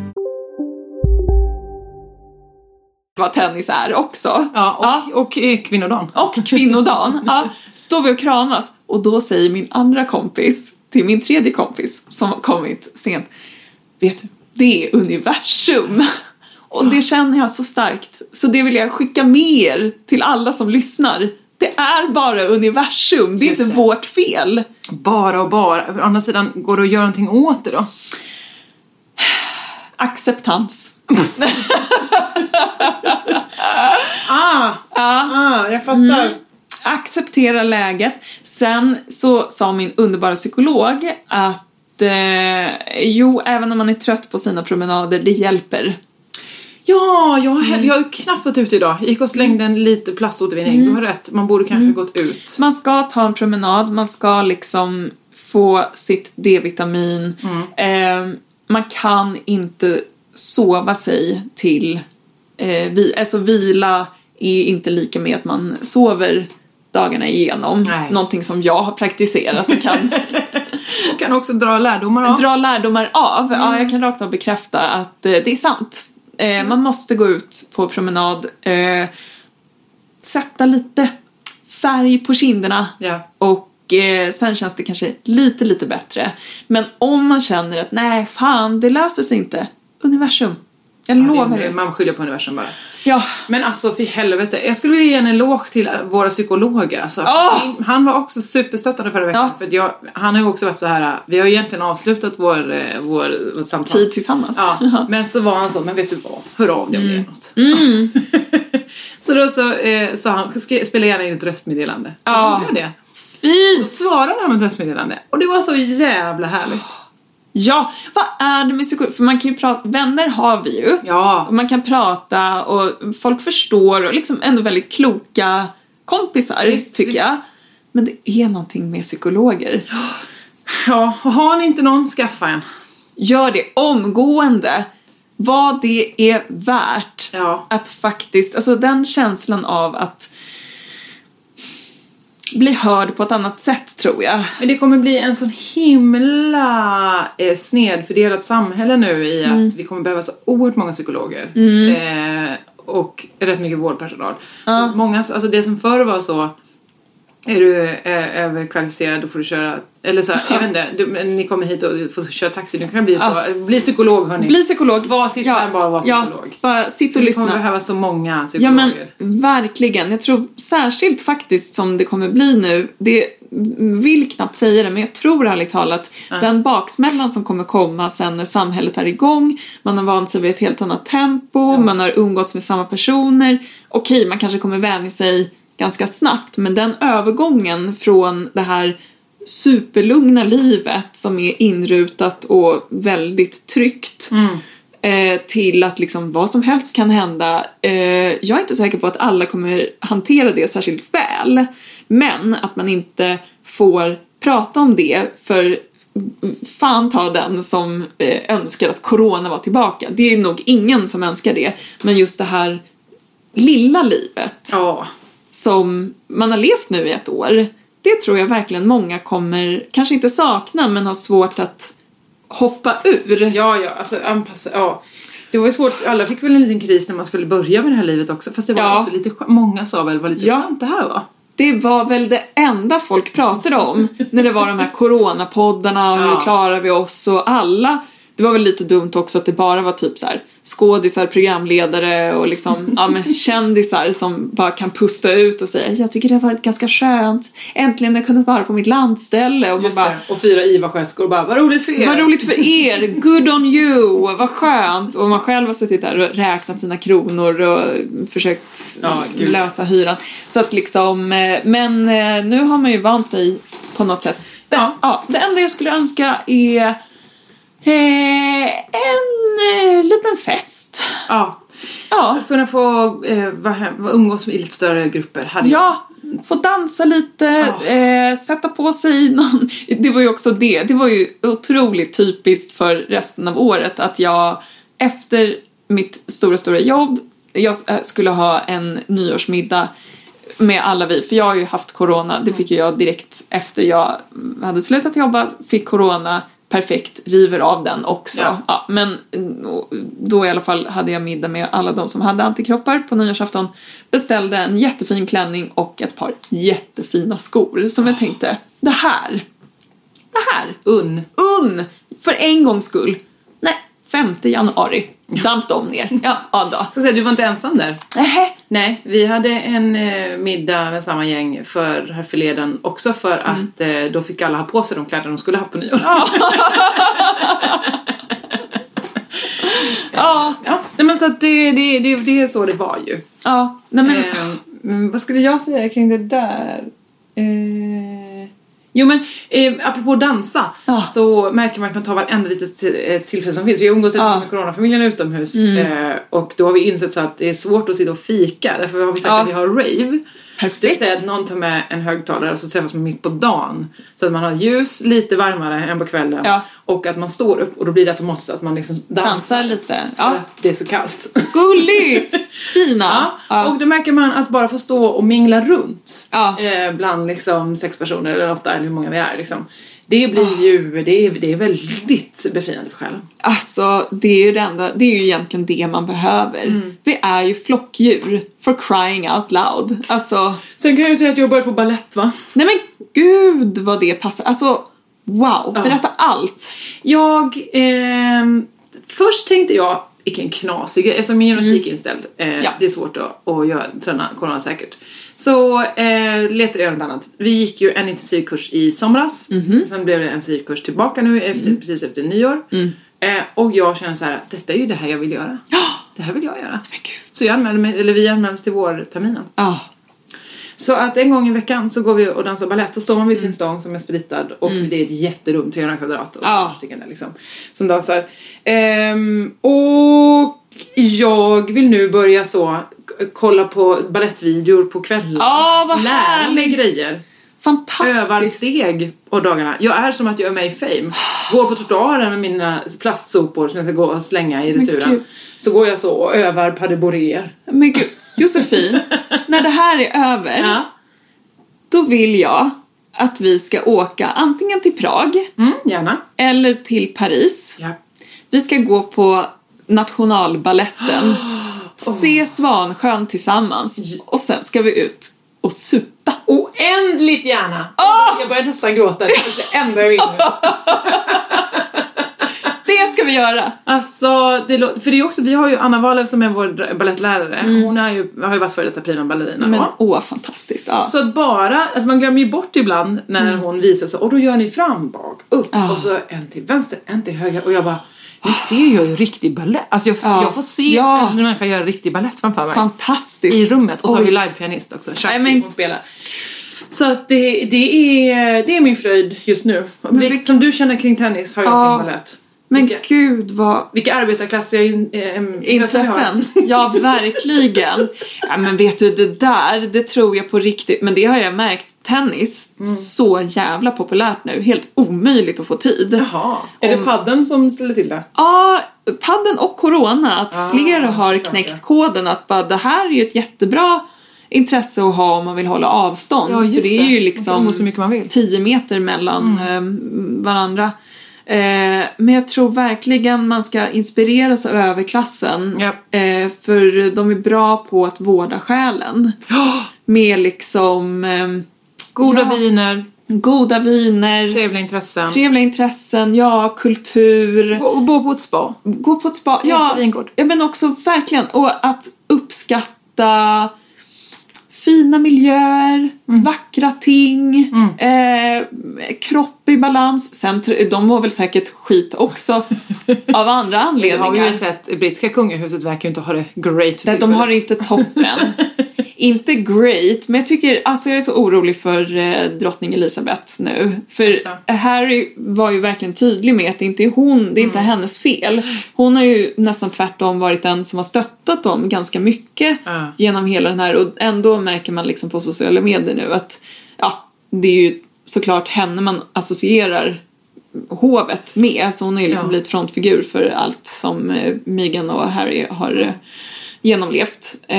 vad tennis är också. Ja, och, och, eh, kvinnodagen. och kvinnodagen. Ja, står vi och kramas och då säger min andra kompis till min tredje kompis som har kommit sent. Vet du, det är universum. Och det känner jag så starkt. Så det vill jag skicka med er till alla som lyssnar. Det är bara universum, det är inte vårt fel. Bara och bara. Å andra sidan, går det att göra någonting åt det då? Acceptans. Ah! ah jag fattar. acceptera läget. Sen så sa min underbara psykolog att eh, jo, även om man är trött på sina promenader, det hjälper. Ja, jag har, mm. jag har knappt varit ute idag. Gick och slängde en liten plaståtervinning. Du Mm. har rätt, man borde kanske gått ut. Man ska ta en promenad, man ska liksom få sitt D-vitamin. Eh, man kan inte sova sig till... Eh, vi, alltså vila är inte lika med att man sover dagarna igenom. Nej. Någonting som jag har praktiserat och kan Och kan också dra lärdomar av. dra lärdomar av. Mm. Ja, jag kan rakt av bekräfta att eh, det är sant. Eh, man måste gå ut på promenad, eh, sätta lite färg på kinderna Ja. och eh, sen känns det kanske lite, lite bättre. Men om man känner att nej, fan, det löser sig inte. Universum. Jag lovar Det är- er. Man skyller på universum bara. Ja, Men alltså för helvete, jag skulle vilja ge en eloge till våra psykologer alltså. Åh! Min- Han var också superstöttande förra veckan. Ja. För att jag, han har ju också varit så här. vi har ju egentligen avslutat vår, eh, vår, vår samtal. tid tillsammans. Mm. Ja, men så var han så, men vet du vad, hör av dig om det är något. så då så eh, sa han, "Sk- spela gärna in ett röstmeddelande. Ja. Och han gör det. Fint! Då svarade han med ett röstmeddelande och det var så jävla härligt. Ja, vad är det med psykologi? För man kan ju prata, vänner har vi ju. Ja. Och man kan prata och folk förstår och liksom ändå väldigt kloka kompisar, Visst, tycker visst. jag. Men det är någonting med psykologer. Ja, och har ni inte någon, skaffa en. Gör det omgående. Vad det är värt Ja. att faktiskt, alltså den känslan av att bli hörd på ett annat sätt tror jag. Men det kommer bli en sån himla eh, snedfördelat samhälle nu i Mm. att vi kommer behöva så oerhört många psykologer. Eh, och rätt mycket vårdpersonal. Så många, alltså det som förr var så är du eh, överkvalificerad då får du köra, eller så, här, jag vet inte, du, men ni kommer hit och du får köra taxi, nu kan det bli så. Bli psykolog hörni. Bli psykolog. Var sitt Ja, här bara och var psykolog. Ja, bara sitt och Vi kommer lyssna. behöva så många Ja psykologer. men verkligen. Jag tror särskilt faktiskt som det kommer bli nu, det vill knappt säga det, men jag tror ärligt talat den baksmällan som kommer komma sen när samhället är igång, man har vant sig vid ett helt annat tempo, man har umgåtts med samma personer. Okej, man kanske kommer vänja sig ganska snabbt, men den övergången från det här superlugna livet som är inrutat och väldigt tryggt eh, till att liksom vad som helst kan hända. Eh, jag är inte säker på att alla kommer hantera det särskilt väl. Men att man inte får prata om det för fan ta den som eh, önskar att corona var tillbaka. Det är nog ingen som önskar det. Men just det här lilla livet Ja. som man har levt nu i ett år, det tror jag verkligen många kommer, kanske inte sakna, men har svårt att hoppa ur. Ja, ja, alltså anpassa, ja. Det var ju svårt, alla fick väl en liten kris när man skulle börja med det här livet också. Fast det var Ja. också lite, skö- många sa väl, det var lite Ja. skönt det här va? Det var väl det enda folk pratade om när det var de här coronapoddarna och Ja. hur klarar vi oss och alla. Det var väl lite dumt också att det bara var typ så här skådisar, programledare och liksom, ja, men kändisar som bara kan pusta ut och säga jag tycker det har varit ganska skönt. Äntligen har jag kunnat vara på mitt landställe. Och man Just bara, det. Och fyra IVA-sköterskor bara, vad roligt för er! Vad roligt för er! Good on you! Vad skönt! Och man själv har suttit där och räknat sina kronor och försökt Ja, gud. lösa hyran. Så att liksom, eh, men eh, nu har man ju vant sig på något sätt. Det, ja. Ja. det enda jag skulle önska är eh, en eh, liten fest. Ja. Ja. Att kunna få eh, vara hem, vara- umgås med lite större grupper hade jag- Ah. Ja, få dansa lite, Ja. eh, sätta på sig någon... Det var ju också det. Det var ju otroligt typiskt för resten av året att jag efter mitt stora, stora jobb, jag eh, skulle ha en nyårsmiddag med alla vi, för jag har ju haft corona, det fick ju jag direkt efter jag hade slutat jobba, fick corona, perfekt, river av den också. Ja. Ja, men mm, då i alla fall hade jag middag med alla de som hade antikroppar på nyårsafton. Beställde en jättefin klänning och ett par jättefina skor som Ah. jag tänkte, det här, det här, Unn. unn, för en gångs skull. Nej, 5 januari, damp dem ner. Ja, ja då. Så säga, du var inte ensam där. Nähä. Nej, vi hade en eh, middag med samma gäng för här förleden också för Mm. att eh, då fick alla ha på sig de kläder de skulle ha på nyår. Ja, Ja, nej, men så att det, det, det, det är så det var ju. ja, nej men. Eh, men vad skulle jag säga kring det där? Eh, jo men eh, apropå dansa Ja. så märker man att man tar varenda litet till- eh, tillfälle som finns. Vi umgås Ja. Mm. ja. med coronafamiljen utomhus eh, och då har vi insett så att det är svårt att sitta och fika därför har vi sagt Ja. att vi har rave. Perfekt. Det vill säga att någon tar med en högtalare och så träffas man mitt på dagen. Så att man har ljus lite varmare än på kvällen Ja. och att man står upp och då blir det automatiskt att man liksom dansar. Dansar lite. För Ja. att det är så kallt. Gulligt! Fina! Ja. Och då märker man att bara få stå och mingla runt Ja. eh, bland liksom sex personer eller åtta eller hur många vi är liksom. Det blir ju, det är, det är väldigt befriande för själen. Alltså, det är ju det enda, det är ju egentligen det man behöver. Mm. Vi är ju flockdjur, for crying out loud. Alltså, Sen kan jag ju säga att jag började på ballett va? nej men gud vad det passar. Alltså, wow! Berätta allt! Jag, ehm, först tänkte jag vilken knasig grej, eftersom min gymnastik är inställd. Eh, Ja. Det är svårt att, att göra, träna coronasäkert. Så eh, letade jag något annat. Vi gick ju en intensivkurs i somras. Sen blev det en intensivkurs tillbaka nu efter, precis efter nyår. Eh, och jag känner så här, att detta är ju det här jag vill göra. Det här vill jag göra. Så jag anmälde mig, eller vi anmälde oss till vårterminen. Ja, Så att en gång i veckan så går vi och dansar ballett så står man vid sin stång som är spritad och det är ett jätterum, 300 kvadrat och Mm. Ja. några stycken där liksom som dansar. Ehm, och jag vill nu börja så k- kolla på ballettvideor på kvällen. Ja, vad Lära mig härligt. grejer. Övar fantastiskt! steg på dagarna. Jag är som att jag är med i Fame. Går på trottoaren med mina plastsopor som jag ska gå och slänga i gud. returen. Så går jag så och övar pas de bourrée. Men gud, Josefin, när det här är över, Ja. då vill jag att vi ska åka antingen till Prag Mm, gärna. eller till Paris. Ja. Vi ska gå på Nationalballetten. Se Svansjön tillsammans. Och sen ska vi ut och supa. Oändligt gärna! Jag börjar nästan gråta, det är det enda jag vill nu. Det ska vi göra! Alltså, det lå- för det är också, vi har ju Anna Wahler som är vår dra- balettlärare. Hon är ju, har ju varit före detta prima ballerina. Men Ja. åh, fantastiskt. Ja. Så att bara, alltså man glömmer ju bort ibland när hon visar sig och då gör ni fram, bak, upp Ja. och så en till vänster, en till höger och jag bara nu ser jag ju riktig balett. Alltså jag, Ja. jag får se Ja. en människa göra riktig balett framför mig. fantastiskt. I rummet och så har Oj. vi livepianist också. Shakti, Nej, men- hon spelar. Så att det, det, är, det är min fröjd just nu. Vilket, vilk- som du känner kring tennis har jag Ja. kring balett. Men Vilka, gud vad vilka arbetarklassiga in, eh, em, intressen jag har. intressen. Ja, verkligen. Ja, men vet du, det där, det tror jag på riktigt. Men det har jag märkt, tennis, Mm. så jävla populärt nu. Helt omöjligt att få tid. Jaha. Är det padden som ställer till det? Ja, padden och corona, att flera har såklart, knäckt ja. koden att bara, det här är ju ett jättebra intresse att ha om man vill hålla avstånd. Ja, just För det är det. ju Man kan liksom umgås så mycket man vill. Mm. 10 meter mellan eh, varandra. Eh, men jag tror verkligen man ska inspireras av överklassen. Ja. Eh, för de är bra på att vårda själen. Med liksom... Eh, Goda Ja. viner, Goda viner. Mm. Trevliga intressen. Trevliga intressen, ja, kultur. Gå- Och bo på ett spa. Gå på ett spa. Ja, Häst- vingård. ja, men också verkligen. Och att uppskatta fina miljöer, Mm. vackra ting, eh, kropp i balans. Sen, tr- de mår väl säkert skit också av Det andra har anledningar. vi ju sett, det brittiska kungahuset verkar ju inte ha det great för Nej, de har tillfället. inte toppen. inte great, men jag tycker, alltså jag är så orolig för eh, drottning Elizabeth nu. För Alltså. Harry var ju verkligen tydlig med att det inte är hon, det är inte hennes fel. Hon har ju nästan tvärtom varit den som har stöttat dem ganska mycket Ja. genom hela den här och ändå märker man liksom på sociala medier nu att ja, det är ju såklart henne man associerar hovet med. Så hon har ju liksom Ja. blivit frontfigur för allt som eh, Meghan och Harry har eh, genomlevt. Eh,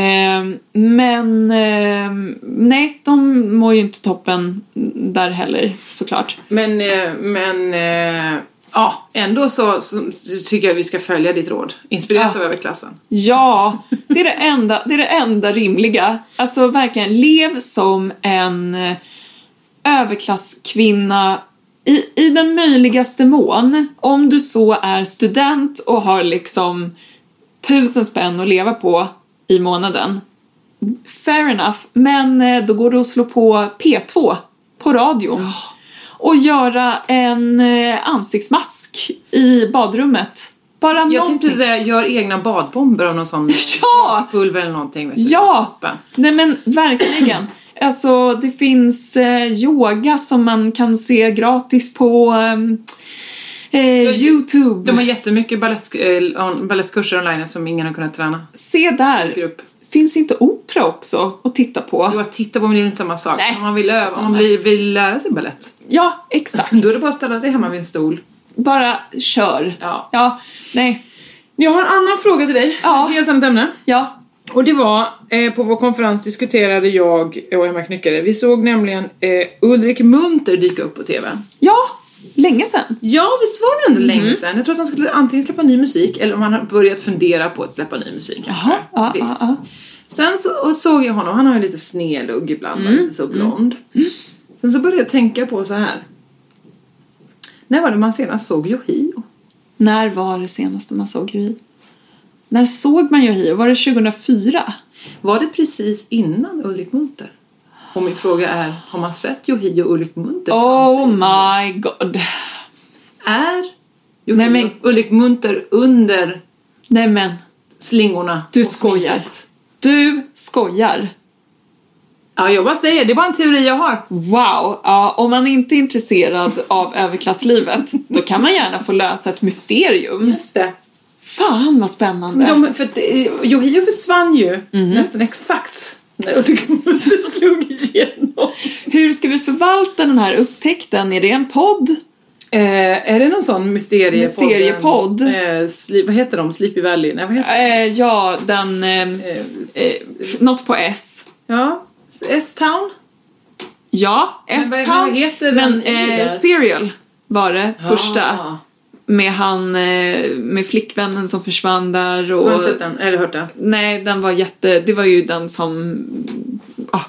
men eh, nej, de mår ju inte toppen där heller såklart. Men, eh, men eh, ja, ändå så, så tycker jag vi ska följa ditt råd. Inspireras Ja. av överklassen. Ja, det är det enda, det är det enda rimliga. Alltså verkligen, lev som en eh, överklasskvinna i, i den möjligaste mån. Om du så är student och har liksom tusen spänn att leva på i månaden. Fair enough, men eh, då går du att slå på P2 på radion och göra en eh, ansiktsmask i badrummet. Bara Jag någonting. tänkte säga, gör egna badbomber av någon sån Ja! pulver eller någonting. Vet du. Ja! Toppen. Nej men verkligen. Alltså det finns eh, yoga som man kan se gratis på ehm, eh, Youtube. De har jättemycket ballett, eh, on- ballettkurser online eftersom ingen har kunnat träna. Se där. Grupp. Finns inte opera också att titta Jo, på? att titta på men det är inte samma sak. Nej, om man, vill, inte öva, om samma. man vill, vill lära sig ballett Ja, exakt. då är det bara att ställa dig hemma vid en stol. Bara kör. Ja. ja. Nej. Jag har en annan fråga till dig. Ja. Ett helt annat ämne. Ja. Och det var, eh, på vår konferens diskuterade jag eh, och Emma Knyckare, vi såg nämligen eh, Ulrik Munter dyka upp på TV. Ja. Länge sedan. Ja, visst var det ändå Mhm. länge sedan? Jag tror att han skulle antingen släppa ny musik eller om han har börjat fundera på att släppa ny musik kanske. Jaha, ja, visst. ja, ja. Sen så och såg jag honom, han har ju lite snedlugg ibland, och Mm, lite så blond. Sen så började jag tänka på så här. När var det man senast såg Yohio? När var det senaste man såg Yohio? När såg man Yohio? Var det 2004? Var det precis innan Ulrik Munter? Och min fråga är, har man sett Yohio och Ulrik Munter Oh samtidigt? my god. Är Yohio Nej, men- Ulrik Munter under Nej men. slingorna? Du och skojar. sminket? Du skojar. Ja, jag bara säger, det är bara en teori jag har. Wow! Ja, om man inte är intresserad av överklasslivet då kan man gärna få lösa ett mysterium. Just det. Fan vad spännande! De, för att, eh, Yohio försvann ju nästan exakt när Ulrik Munter slog igenom. Hur ska vi förvalta den här upptäckten? Är det en podd? Eh, är det någon sån mysteriepodd? Mysteriepodd. Eh, sli- vad heter de? Sleepy Valley? Nej, vad heter Eh, ja, den... Eh, eh, f- något på S. Ja, S- S-Town? Ja, vad- S-Town. vad heter den Men i eh, där? Ah. Serial var det första. Ja. Med han, eh, med flickvännen som försvann där Har och... du sett den? Eller hört den? Nej, den var jätte... Det var ju den som... Ah,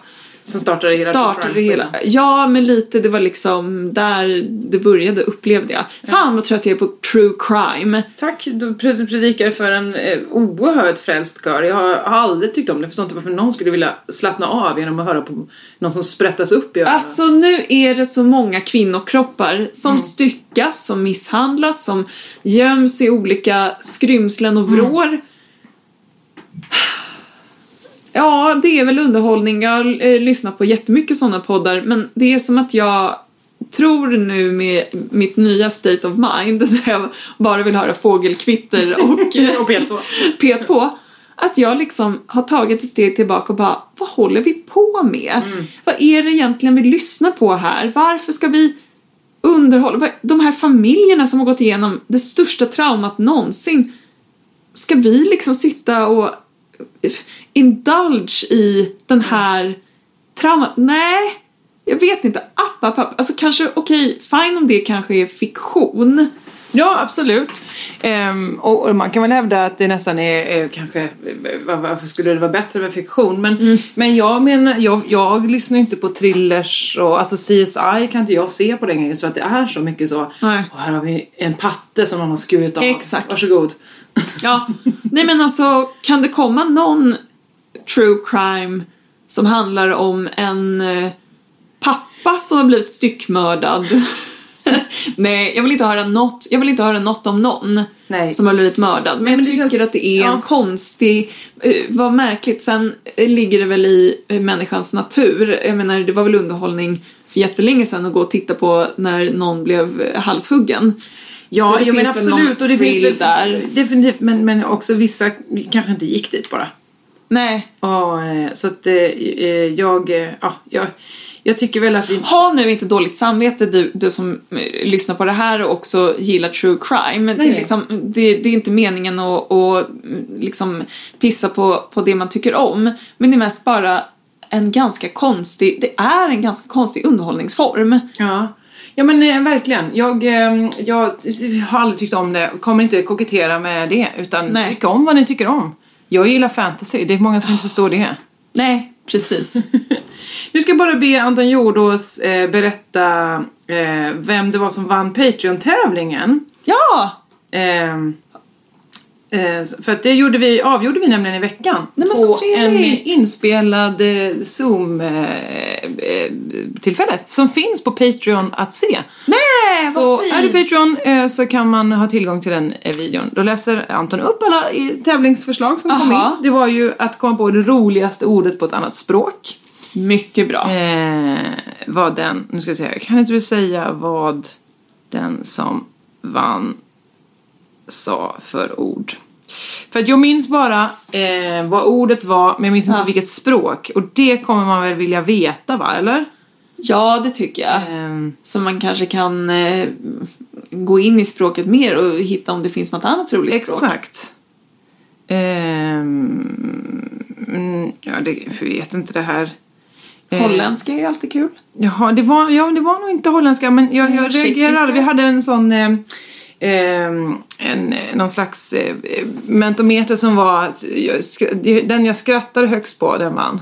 Som startade hela startade det Prime hela. skiten. Ja, men lite. Det var liksom där det började upplevde jag. Fan vad trött jag är på true crime. Tack, du pred- predikar för en eh, oerhört frälst kör. Jag har aldrig tyckt om det, förstår inte varför någon skulle vilja slappna av genom att höra på någon som sprättas upp i öronen. Alltså nu är det så många kvinnokroppar som styckas, som misshandlas, som göms i olika skrymslen och vrår. Ja, det är väl underhållning. Jag har eh, lyssnat på jättemycket sådana poddar men det är som att jag tror nu med mitt nya state of mind där jag bara vill höra fågelkvitter och, Och P2. P2 att jag liksom har tagit ett steg tillbaka och bara vad håller vi på med? Vad är det egentligen vi lyssnar på här? Varför ska vi underhålla? Vad- De här familjerna som har gått igenom det största traumat någonsin ska vi liksom sitta och indulge i den här traumat? Nej, jag vet inte. App, app, app. Alltså kanske, okej, fine om det kanske är fiktion. Ja, absolut. Ehm, och, och man kan väl hävda att det nästan är, är kanske, eh, var- varför skulle det vara bättre med fiktion? Men, Mm. men jag menar, jag, jag lyssnar inte på thrillers och alltså CSI kan inte jag se på den grejen så att det är så mycket så. Nej. Och här har vi en patte som någon har skurit av. Exakt. Varsågod. Ja, nej men alltså kan det komma någon true crime som handlar om en eh, pappa som har blivit styckmördad? nej, jag vill inte höra något, jag vill inte höra något om någon Nej. som har blivit mördad. Men, men jag det tycker känns- att det är ja. en konstig, eh, vad märkligt. Sen eh, ligger det väl i eh, människans natur. Jag menar, det var väl underhållning för jättelänge sedan att gå och titta på när någon blev eh, halshuggen. Ja, Så det jo, men finns väl någon absolut. Och det finns thrill väl där. Definitivt, men, men också vissa kanske inte gick dit bara. Nej, Och, eh, så att eh, eh, jag, eh, ja, jag, jag tycker väl att vi Ha nu inte dåligt samvete du, du som eh, lyssnar på det här och också gillar true crime. det, nej. är liksom, det, det är inte meningen att, att mm, liksom pissa på, på det man tycker om. Men det är mest bara en ganska konstig, det är en ganska konstig underhållningsform. Ja. Ja men eh, verkligen. Jag, eh, jag har aldrig tyckt om det kommer inte kokettera med det utan Nej. tycka om vad ni tycker om. Jag gillar fantasy, det är många som inte förstår det. Nej, precis. Nu ska jag bara be Anton Jordås eh, berätta eh, vem det var som vann Patreon-tävlingen. ja! Ehm, eh, för att det gjorde vi, avgjorde vi nämligen i veckan. Nej, men på så en trevligt. inspelad eh, Zoom-tillfälle som finns på Patreon att se. Nej, Så vad fint! är du Patreon eh, så kan man ha tillgång till den eh, videon. Då läser Anton upp alla i- tävlingsförslag som kom Aha. in. Det var ju att komma på det roligaste ordet på ett annat språk. Mycket bra. Eh, vad den, nu ska vi se, kan inte du säga vad den som vann sa för ord? För att jag minns bara eh, vad ordet var men jag minns inte vilket språk och det kommer man väl vilja veta va, eller? Ja, det tycker jag. Ehm, Så man kanske kan eh, gå in i språket mer och hitta om det finns något annat roligt språk. Exakt. Ehm, mm, ja, det, jag vet inte det här. Eh, Holländska är ju alltid kul. Jaha, det var, ja, det var nog inte holländska men jag, Mm, jag reagerade. tjeckiska. Vi hade en sån eh, ehm, en, eh, någon slags eh, mentometer som var jag, skra- den jag skrattade högst på, den vann.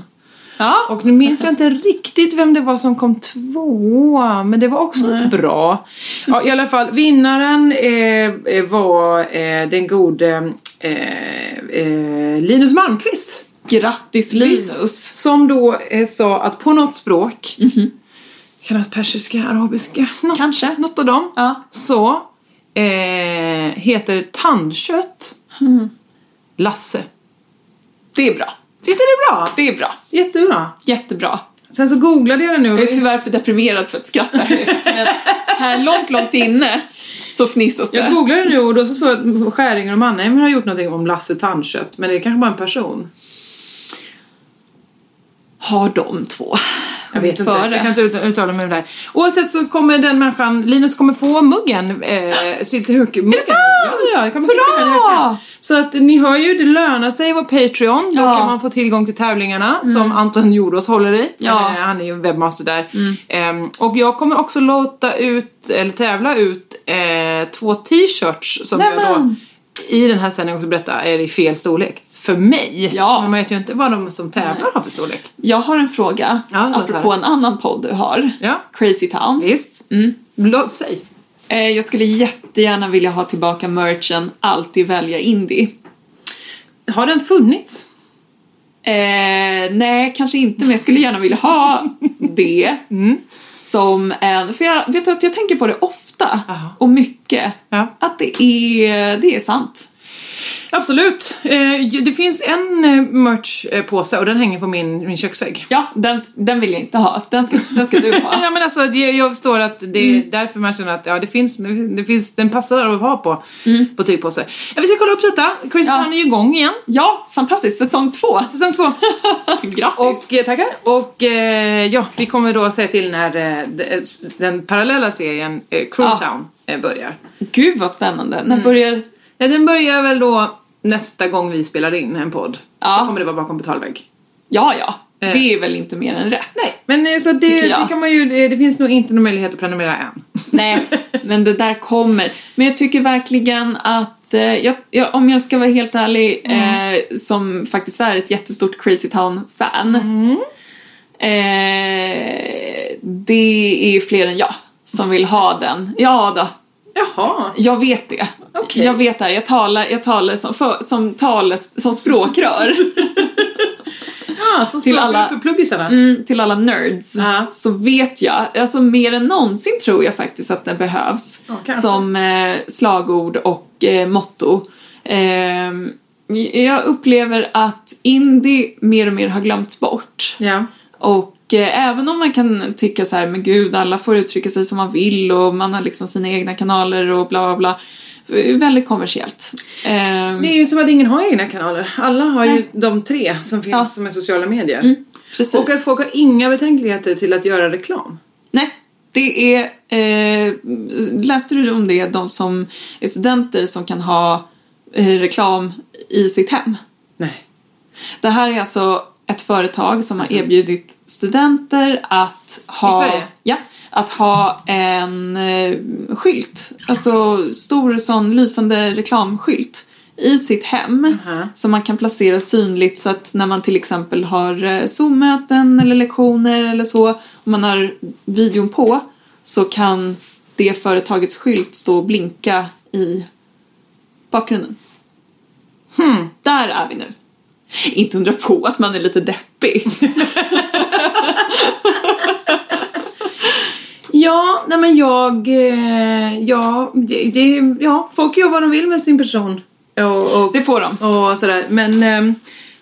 Ja. Och nu minns jag inte riktigt vem det var som kom tvåa, men det var också inte bra. Ja, I alla fall, vinnaren eh, eh, var eh, den gode eh, eh, Linus Malmqvist. Grattis Linus! Som då eh, sa att på något språk, kan det vara persiska, arabiska, något, Mhm. Kanske. något av dem, Ja. så eh, heter tandkött Mhm. Lasse. Det är bra. Visst är det bra? Det är bra. Jättebra. Jättebra. Sen så googlade jag det nu och Jag är det- tyvärr för deprimerad för att skratta högt men här långt, långt inne så fnissas det. Jag googlade nu och då så såg jag att Skäringer och Mannheim har gjort någonting om Lasse Tandkött. Men det är kanske bara en person. Har de två Jag vet inte. Före. Jag kan inte ut- uttala mig om det där. Oavsett så kommer den människan, Linus kommer få muggen. Eh, Syltehuk-muggen. Är det sant? Ja, ja, jag kommer skicka den i veckan. Så att ni hör ju, det lönar sig att vara Patreon. Då Ja. Mm. kan man få tillgång till tävlingarna som Anton Jordås håller i. Ja. Mm. Eh, han är ju webbmaster där. Ehm, och jag kommer också låta ut, eller tävla ut, eh, två t-shirts som jag då Nämen. i den här sändningen också berätta är i fel storlek. För mig. Ja. Men man vet ju inte vad de som tävlar har för storlek. Jag har en fråga Ja, låt apropå höra. en annan podd du har. Ja. Crazy Town. Visst? Mm. Låt säg. Eh, jag skulle jättegärna vilja ha tillbaka merchen Alltid välja indie. Har den funnits? Eh, nej, kanske inte, men jag skulle gärna vilja ha det Mm. som en... För jag vet att jag tänker på det ofta Aha. och mycket. Ja. Att det är, det är sant. Absolut. Eh, ju- det finns en eh, merchpåse och den hänger på min, min köksvägg. Ja, den, den vill jag inte ha. Den ska, den ska du ha. Ja men alltså det, jag förstår att det är därför man känner att ja, det finns, det finns, den passar att ha på, på tygpåse. Ja, vi ska kolla upp detta. Chris Ja. Town är ju igång igen. Ja, fantastiskt. Säsong två. Säsong två. Grattis! Och eh, tackar. Och eh, ja, vi kommer då säga till när eh, de- den parallella serien eh, Ja. Crewtown eh, börjar. Gud vad spännande. Mm. När börjar... Ja, den börjar väl då nästa gång vi spelar in en podd. Ja. Så kommer det vara bakom betalvägg. Ja, ja. Eh. Det är väl inte mer än rätt? Nej, men eh, så det, Tycker jag. det kan man ju, eh, det, det finns nog inte någon möjlighet att prenumerera än. Nej, men det där kommer. Men jag tycker verkligen att, eh, jag, jag, om jag ska vara helt ärlig, Mm. eh, som faktiskt är ett jättestort Crazy Town-fan. Mm. Eh, det är fler än jag som vill ha den. Ja då, Jaha. jag vet det. Okej. Jag vet det här. Jag talar, jag talar som, för, som, tales, som språkrör Ja, så Till till alla alla- för pluggisarna. mm, till alla nerds. Ja. Så vet jag, alltså mer än någonsin tror jag faktiskt att den behövs. Ja, kanske. som eh, slagord och eh, motto. Ehm, jag upplever att indie mer och mer har glömts bort. Ja. Och eh, även om man kan tycka så här, men gud, alla får uttrycka sig som man vill och man har liksom sina egna kanaler och bla bla bla. Eh, Väldigt kommersiellt. Ehm, Det är ju som att ingen har egna kanaler. Alla har ju Nej. de tre som finns Ja. som är sociala medier. precis. Och att folk har inga betänkligheter till att göra reklam. Nej, det är... Eh, läste du om det? De som är studenter som kan ha eh, reklam i sitt hem. Nej. Det här är alltså ett företag som har erbjudit studenter att ha... Mm. I Sverige? Ja, att ha en eh, skylt. Alltså stor sån lysande reklamskylt i sitt hem Mhm. som man kan placera synligt så att när man till exempel har eh, Zoom-möten eller lektioner eller så och man har videon på så kan det företagets skylt stå och blinka i bakgrunden. Där är vi nu. Inte undra på att man är lite deppig. Ja, nej men jag... eh, Ja, det, det, ja, folk gör vad de vill med sin person. Och, och, Det får de. Och sådär. Men, eh,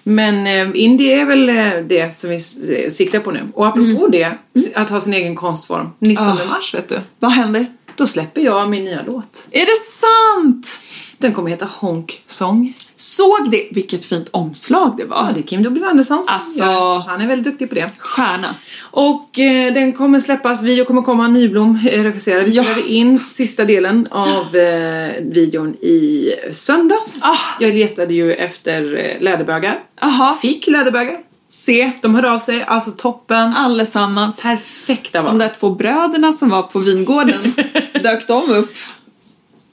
men eh, indie är väl eh, det som vi s- eh, siktar på nu. Och apropå det, att ha sin egen konstform. 19 Mm. Ah. mars vet du. Vad händer? Då släpper jag min nya låt. Är det sant? Den kommer heta Honk Song. Såg det? Vilket fint omslag det Ja, var. det är Kim W Andersson som Alltså. gör. Han är väldigt duktig på det. Stjärna. Och eh, den kommer släppas, video kommer komma, Nyblom eh, regisserar. Vi Ja. spelade in sista delen av eh, videon i söndags. Ah. Jag letade ju efter eh, läderbögar. Jaha, Fick läderbögar. se. De hörde av sig, alltså toppen. Allesammans. Perfekta var Ah. De de. där två bröderna som var på vingården, dök de upp?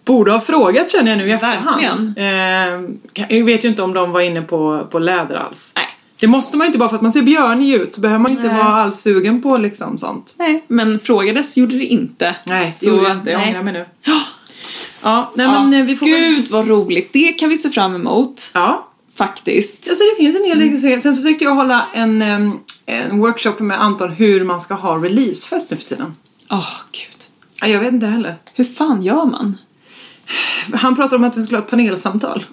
Borde ha frågat känner jag nu i efterhand. Verkligen. Verkligen. Eh, jag vet ju inte om de var inne på, på läder alls. Nej. Det måste man ju inte, bara för att man ser björnig ut så behöver man inte Nej. vara alls sugen på liksom sånt. Nej, men frågades gjorde det inte. Nej, det Så, gjorde jag inte. Jag nej. ångrar mig nu. Ja, nej Ja. men eh, vi får väl- Gud vad roligt, det kan vi se fram emot. Ja. Faktiskt. Alltså det finns en hel del grejer. Sen så försökte jag hålla en, em, en workshop med Anton hur man ska ha releasefest nu för tiden. Åh, gud. Ja, Jag vet inte heller. Hur fan gör man? Han pratade om att vi skulle ha ett panelsamtal.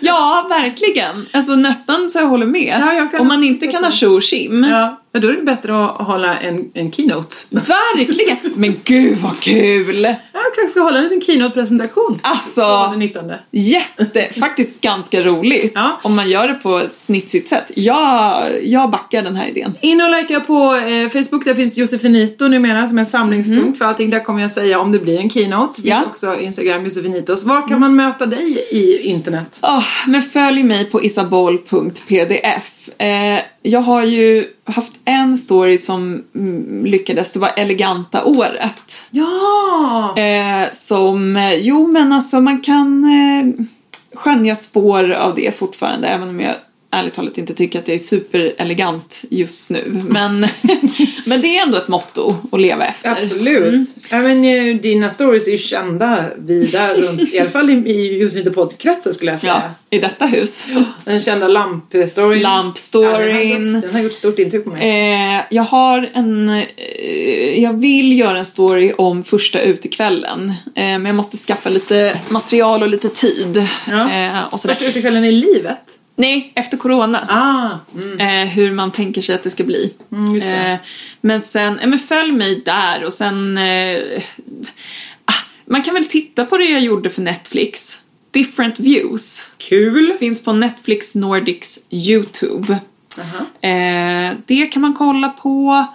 Ja, verkligen. Alltså nästan så jag håller med. Ja, jag kan Om man också inte tycka kan det. ha tjo och tjim. Ja. Men då är det bättre att hålla en, en keynote. Verkligen! Men gud vad kul! Jag kanske ska hålla en liten keynote-presentation. Alltså, Den 19. jätte, faktiskt ganska roligt. Ja. Om man gör det på ett snitsigt sätt. Jag, jag backar den här idén. In och likea på eh, Facebook, där finns Josefinito numera som är en samlingspunkt för allting. Där kommer jag säga om det blir en keynote. Det finns Ja. också Instagram, Josefinitos. Var kan man möta dig i internet? Åh, men följ mig på isabol.pdf. Eh, jag har ju haft en story som mm, lyckades, det var eleganta året. Ja! Eh, som, eh, jo men alltså man kan eh, skönja spår av det fortfarande även om jag ärligt talat inte tycker att jag är superelegant just nu. Men, men det är ändå ett motto att leva efter. Absolut. Mm. Även eh, dina stories är ju kända vida runt, i alla fall i, i Josefinito poddkretsen skulle jag Ja, säga. i detta hus. Den kända lampstoryn. Ja, den, har Lampstoryn. gjort, den har gjort stort intryck på mig. Eh, jag har en... Eh, jag vill göra en story om första utekvällen. Eh, men jag måste skaffa lite material och lite tid. Ja. Eh, och sådär. Första utekvällen i livet. Nej, efter corona. Ah, Eh, hur man tänker sig att det ska bli. Mm, just det. Eh, men sen, eh, men följ mig där och sen... Eh, ah, man kan väl titta på det jag gjorde för Netflix. Different views. kul. Finns på Netflix Nordics YouTube. Aha. Eh, det kan man kolla på.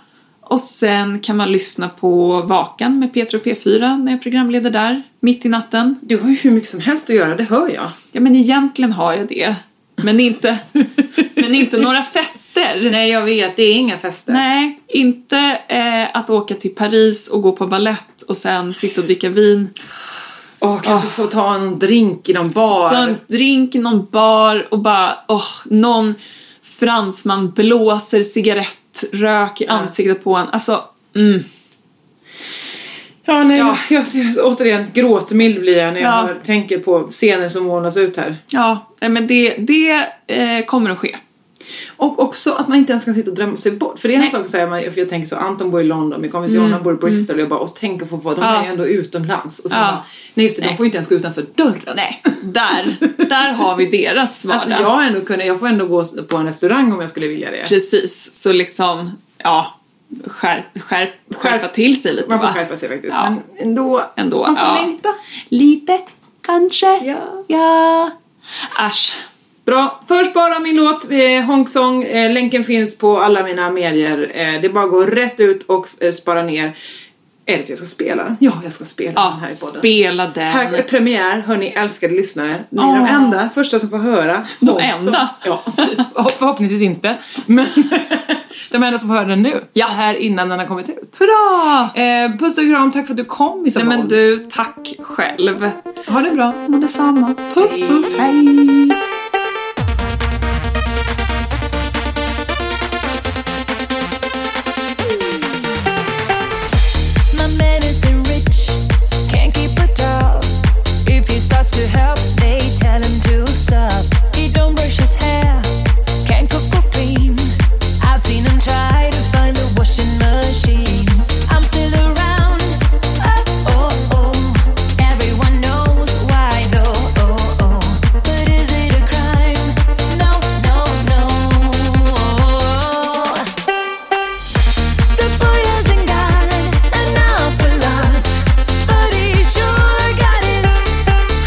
Och sen kan man lyssna på Vakan med P3 och P4 när jag programleder där, mitt i natten. Du har ju hur mycket som helst att göra, det hör jag. Ja, men egentligen har jag det. Men inte... Men inte några fester. Nej, jag vet. Det är inga fester. Nej, inte eh, att åka till Paris och gå på ballett och sen sitta och dricka vin. Åh, kan du få ta en drink i någon bar? Ta en drink i någon bar och bara, åh, någon fransman blåser cigarettrök i ansiktet på en. Alltså, mm. Ja, nej, Jag, jag, återigen, gråtmild blir jag när jag Ja. hör- tänker på scener som målas ut här. Ja, nej, men det, det eh, kommer att ske. Och också att man inte ens kan sitta och drömma sig bort. För det är en sak att säga, man- för jag tänker så, Anton bor i London, min kompis Jonna bor i Bristol och jag bara, och tänk att få vara, de Ja. är ju ändå utomlands. Och sen Ja. bara, nej just det, de får ju inte ens gå utanför dörren. Nej, där, där har vi deras vardag. Alltså jag, har ändå kunnat, jag får ändå gå på en restaurang om jag skulle vilja det. Precis, så liksom, ja, skärp, skärp, skärpa till sig lite Man får va? skärpa sig faktiskt. Ja. Men ändå, Ändå, man får ja. längta. Lite, kanske. Ja. ja. Asch. Bra, först bara min låt, eh, Hongsong. Eh, länken finns på alla mina medier. Eh, det är bara att gå rätt ut och eh, spara ner. Eller att jag ska spela den. Ja, jag ska spela den Ja, här i podden. spela den. Här är premiär, hörni älskade lyssnare. Ni är de Åh. enda, första som får höra. De som- enda? ja, typ. förhoppningsvis inte. Men de enda som får höra den nu. Ja. Här innan den har kommit ut. Hurra! Eh, puss och kram, tack för att du kom Nej Isabel. men du, tack själv. Ha det bra. Och detsamma. Puss puss, hej! My man is rich, can't keep a job. If he starts to help, they tell him to stop. He don't brush his hair, can't cook or clean. I've seen him try to find a washing machine. I'm still around. Oh oh oh. Everyone knows why though. Oh oh. But is it a crime? No no no. The boy hasn't got an awful lot, but he sure got his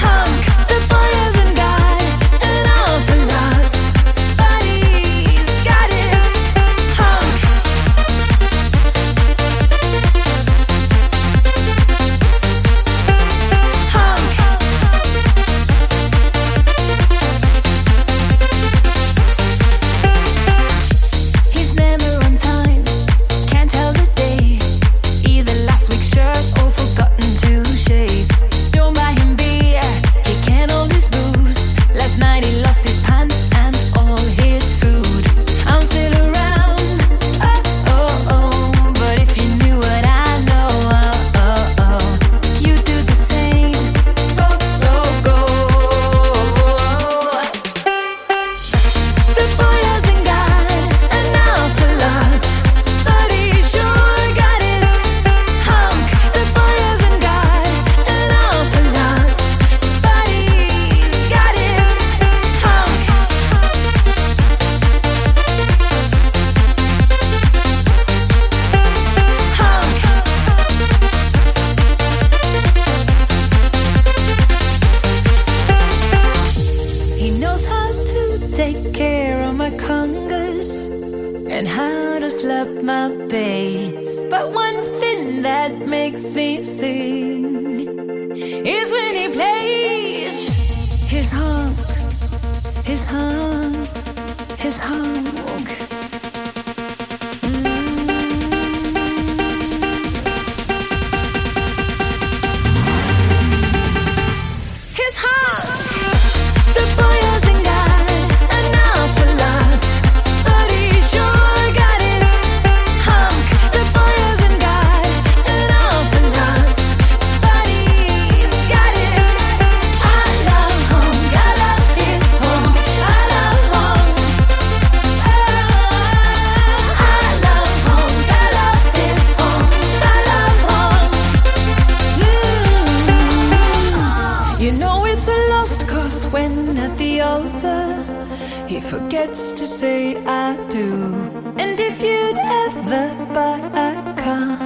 hunk. The boy hasn't got an awful lot, but he's got his hunk. Hunk. He's never on time, can't tell the day. Either last week's shirt or forgotten to shave. Don't buy him beer, he can't hold his booze. Last night he lost his pants and all his food. I'm still around, oh oh oh. But if you knew what I know, oh oh oh, you do the same. Go go go. The boy hasn't got an awful lot, but he sure got his hunk. The boy hasn't got an awful lot, but he's got his hunk. He knows how to take care of my congas and how to slap my bass. But one thing that makes me sing is when he plays his honk, his honk, his honk. His honk. The boy hasn't got an awful lot, but he sure got his hunk. The boy hasn't got an awful lot, but he's got his. I love home, I love his home, I love home. I love home, I love his home, I love home. Mm. You know it's a lost cause when at the altar he forgets to say I do. And if you'd ever buy a car,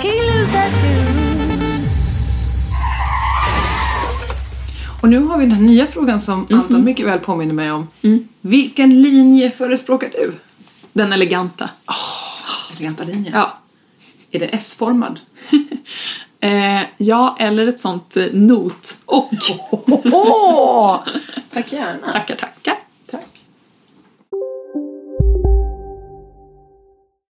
he lose that too. Och nu har vi den nya frågan som Anton mycket väl påminner mig om. Vilken linje förespråkar du? Den eleganta. Eleganta linjen. Ja. Är den S-formad? Eh, ja, eller ett sånt eh, not och. Åh! Tack gärna. tackar, tackar. Tack.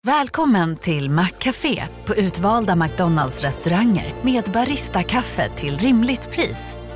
Välkommen till Maccafé på utvalda McDonalds restauranger med Baristakaffe till rimligt pris.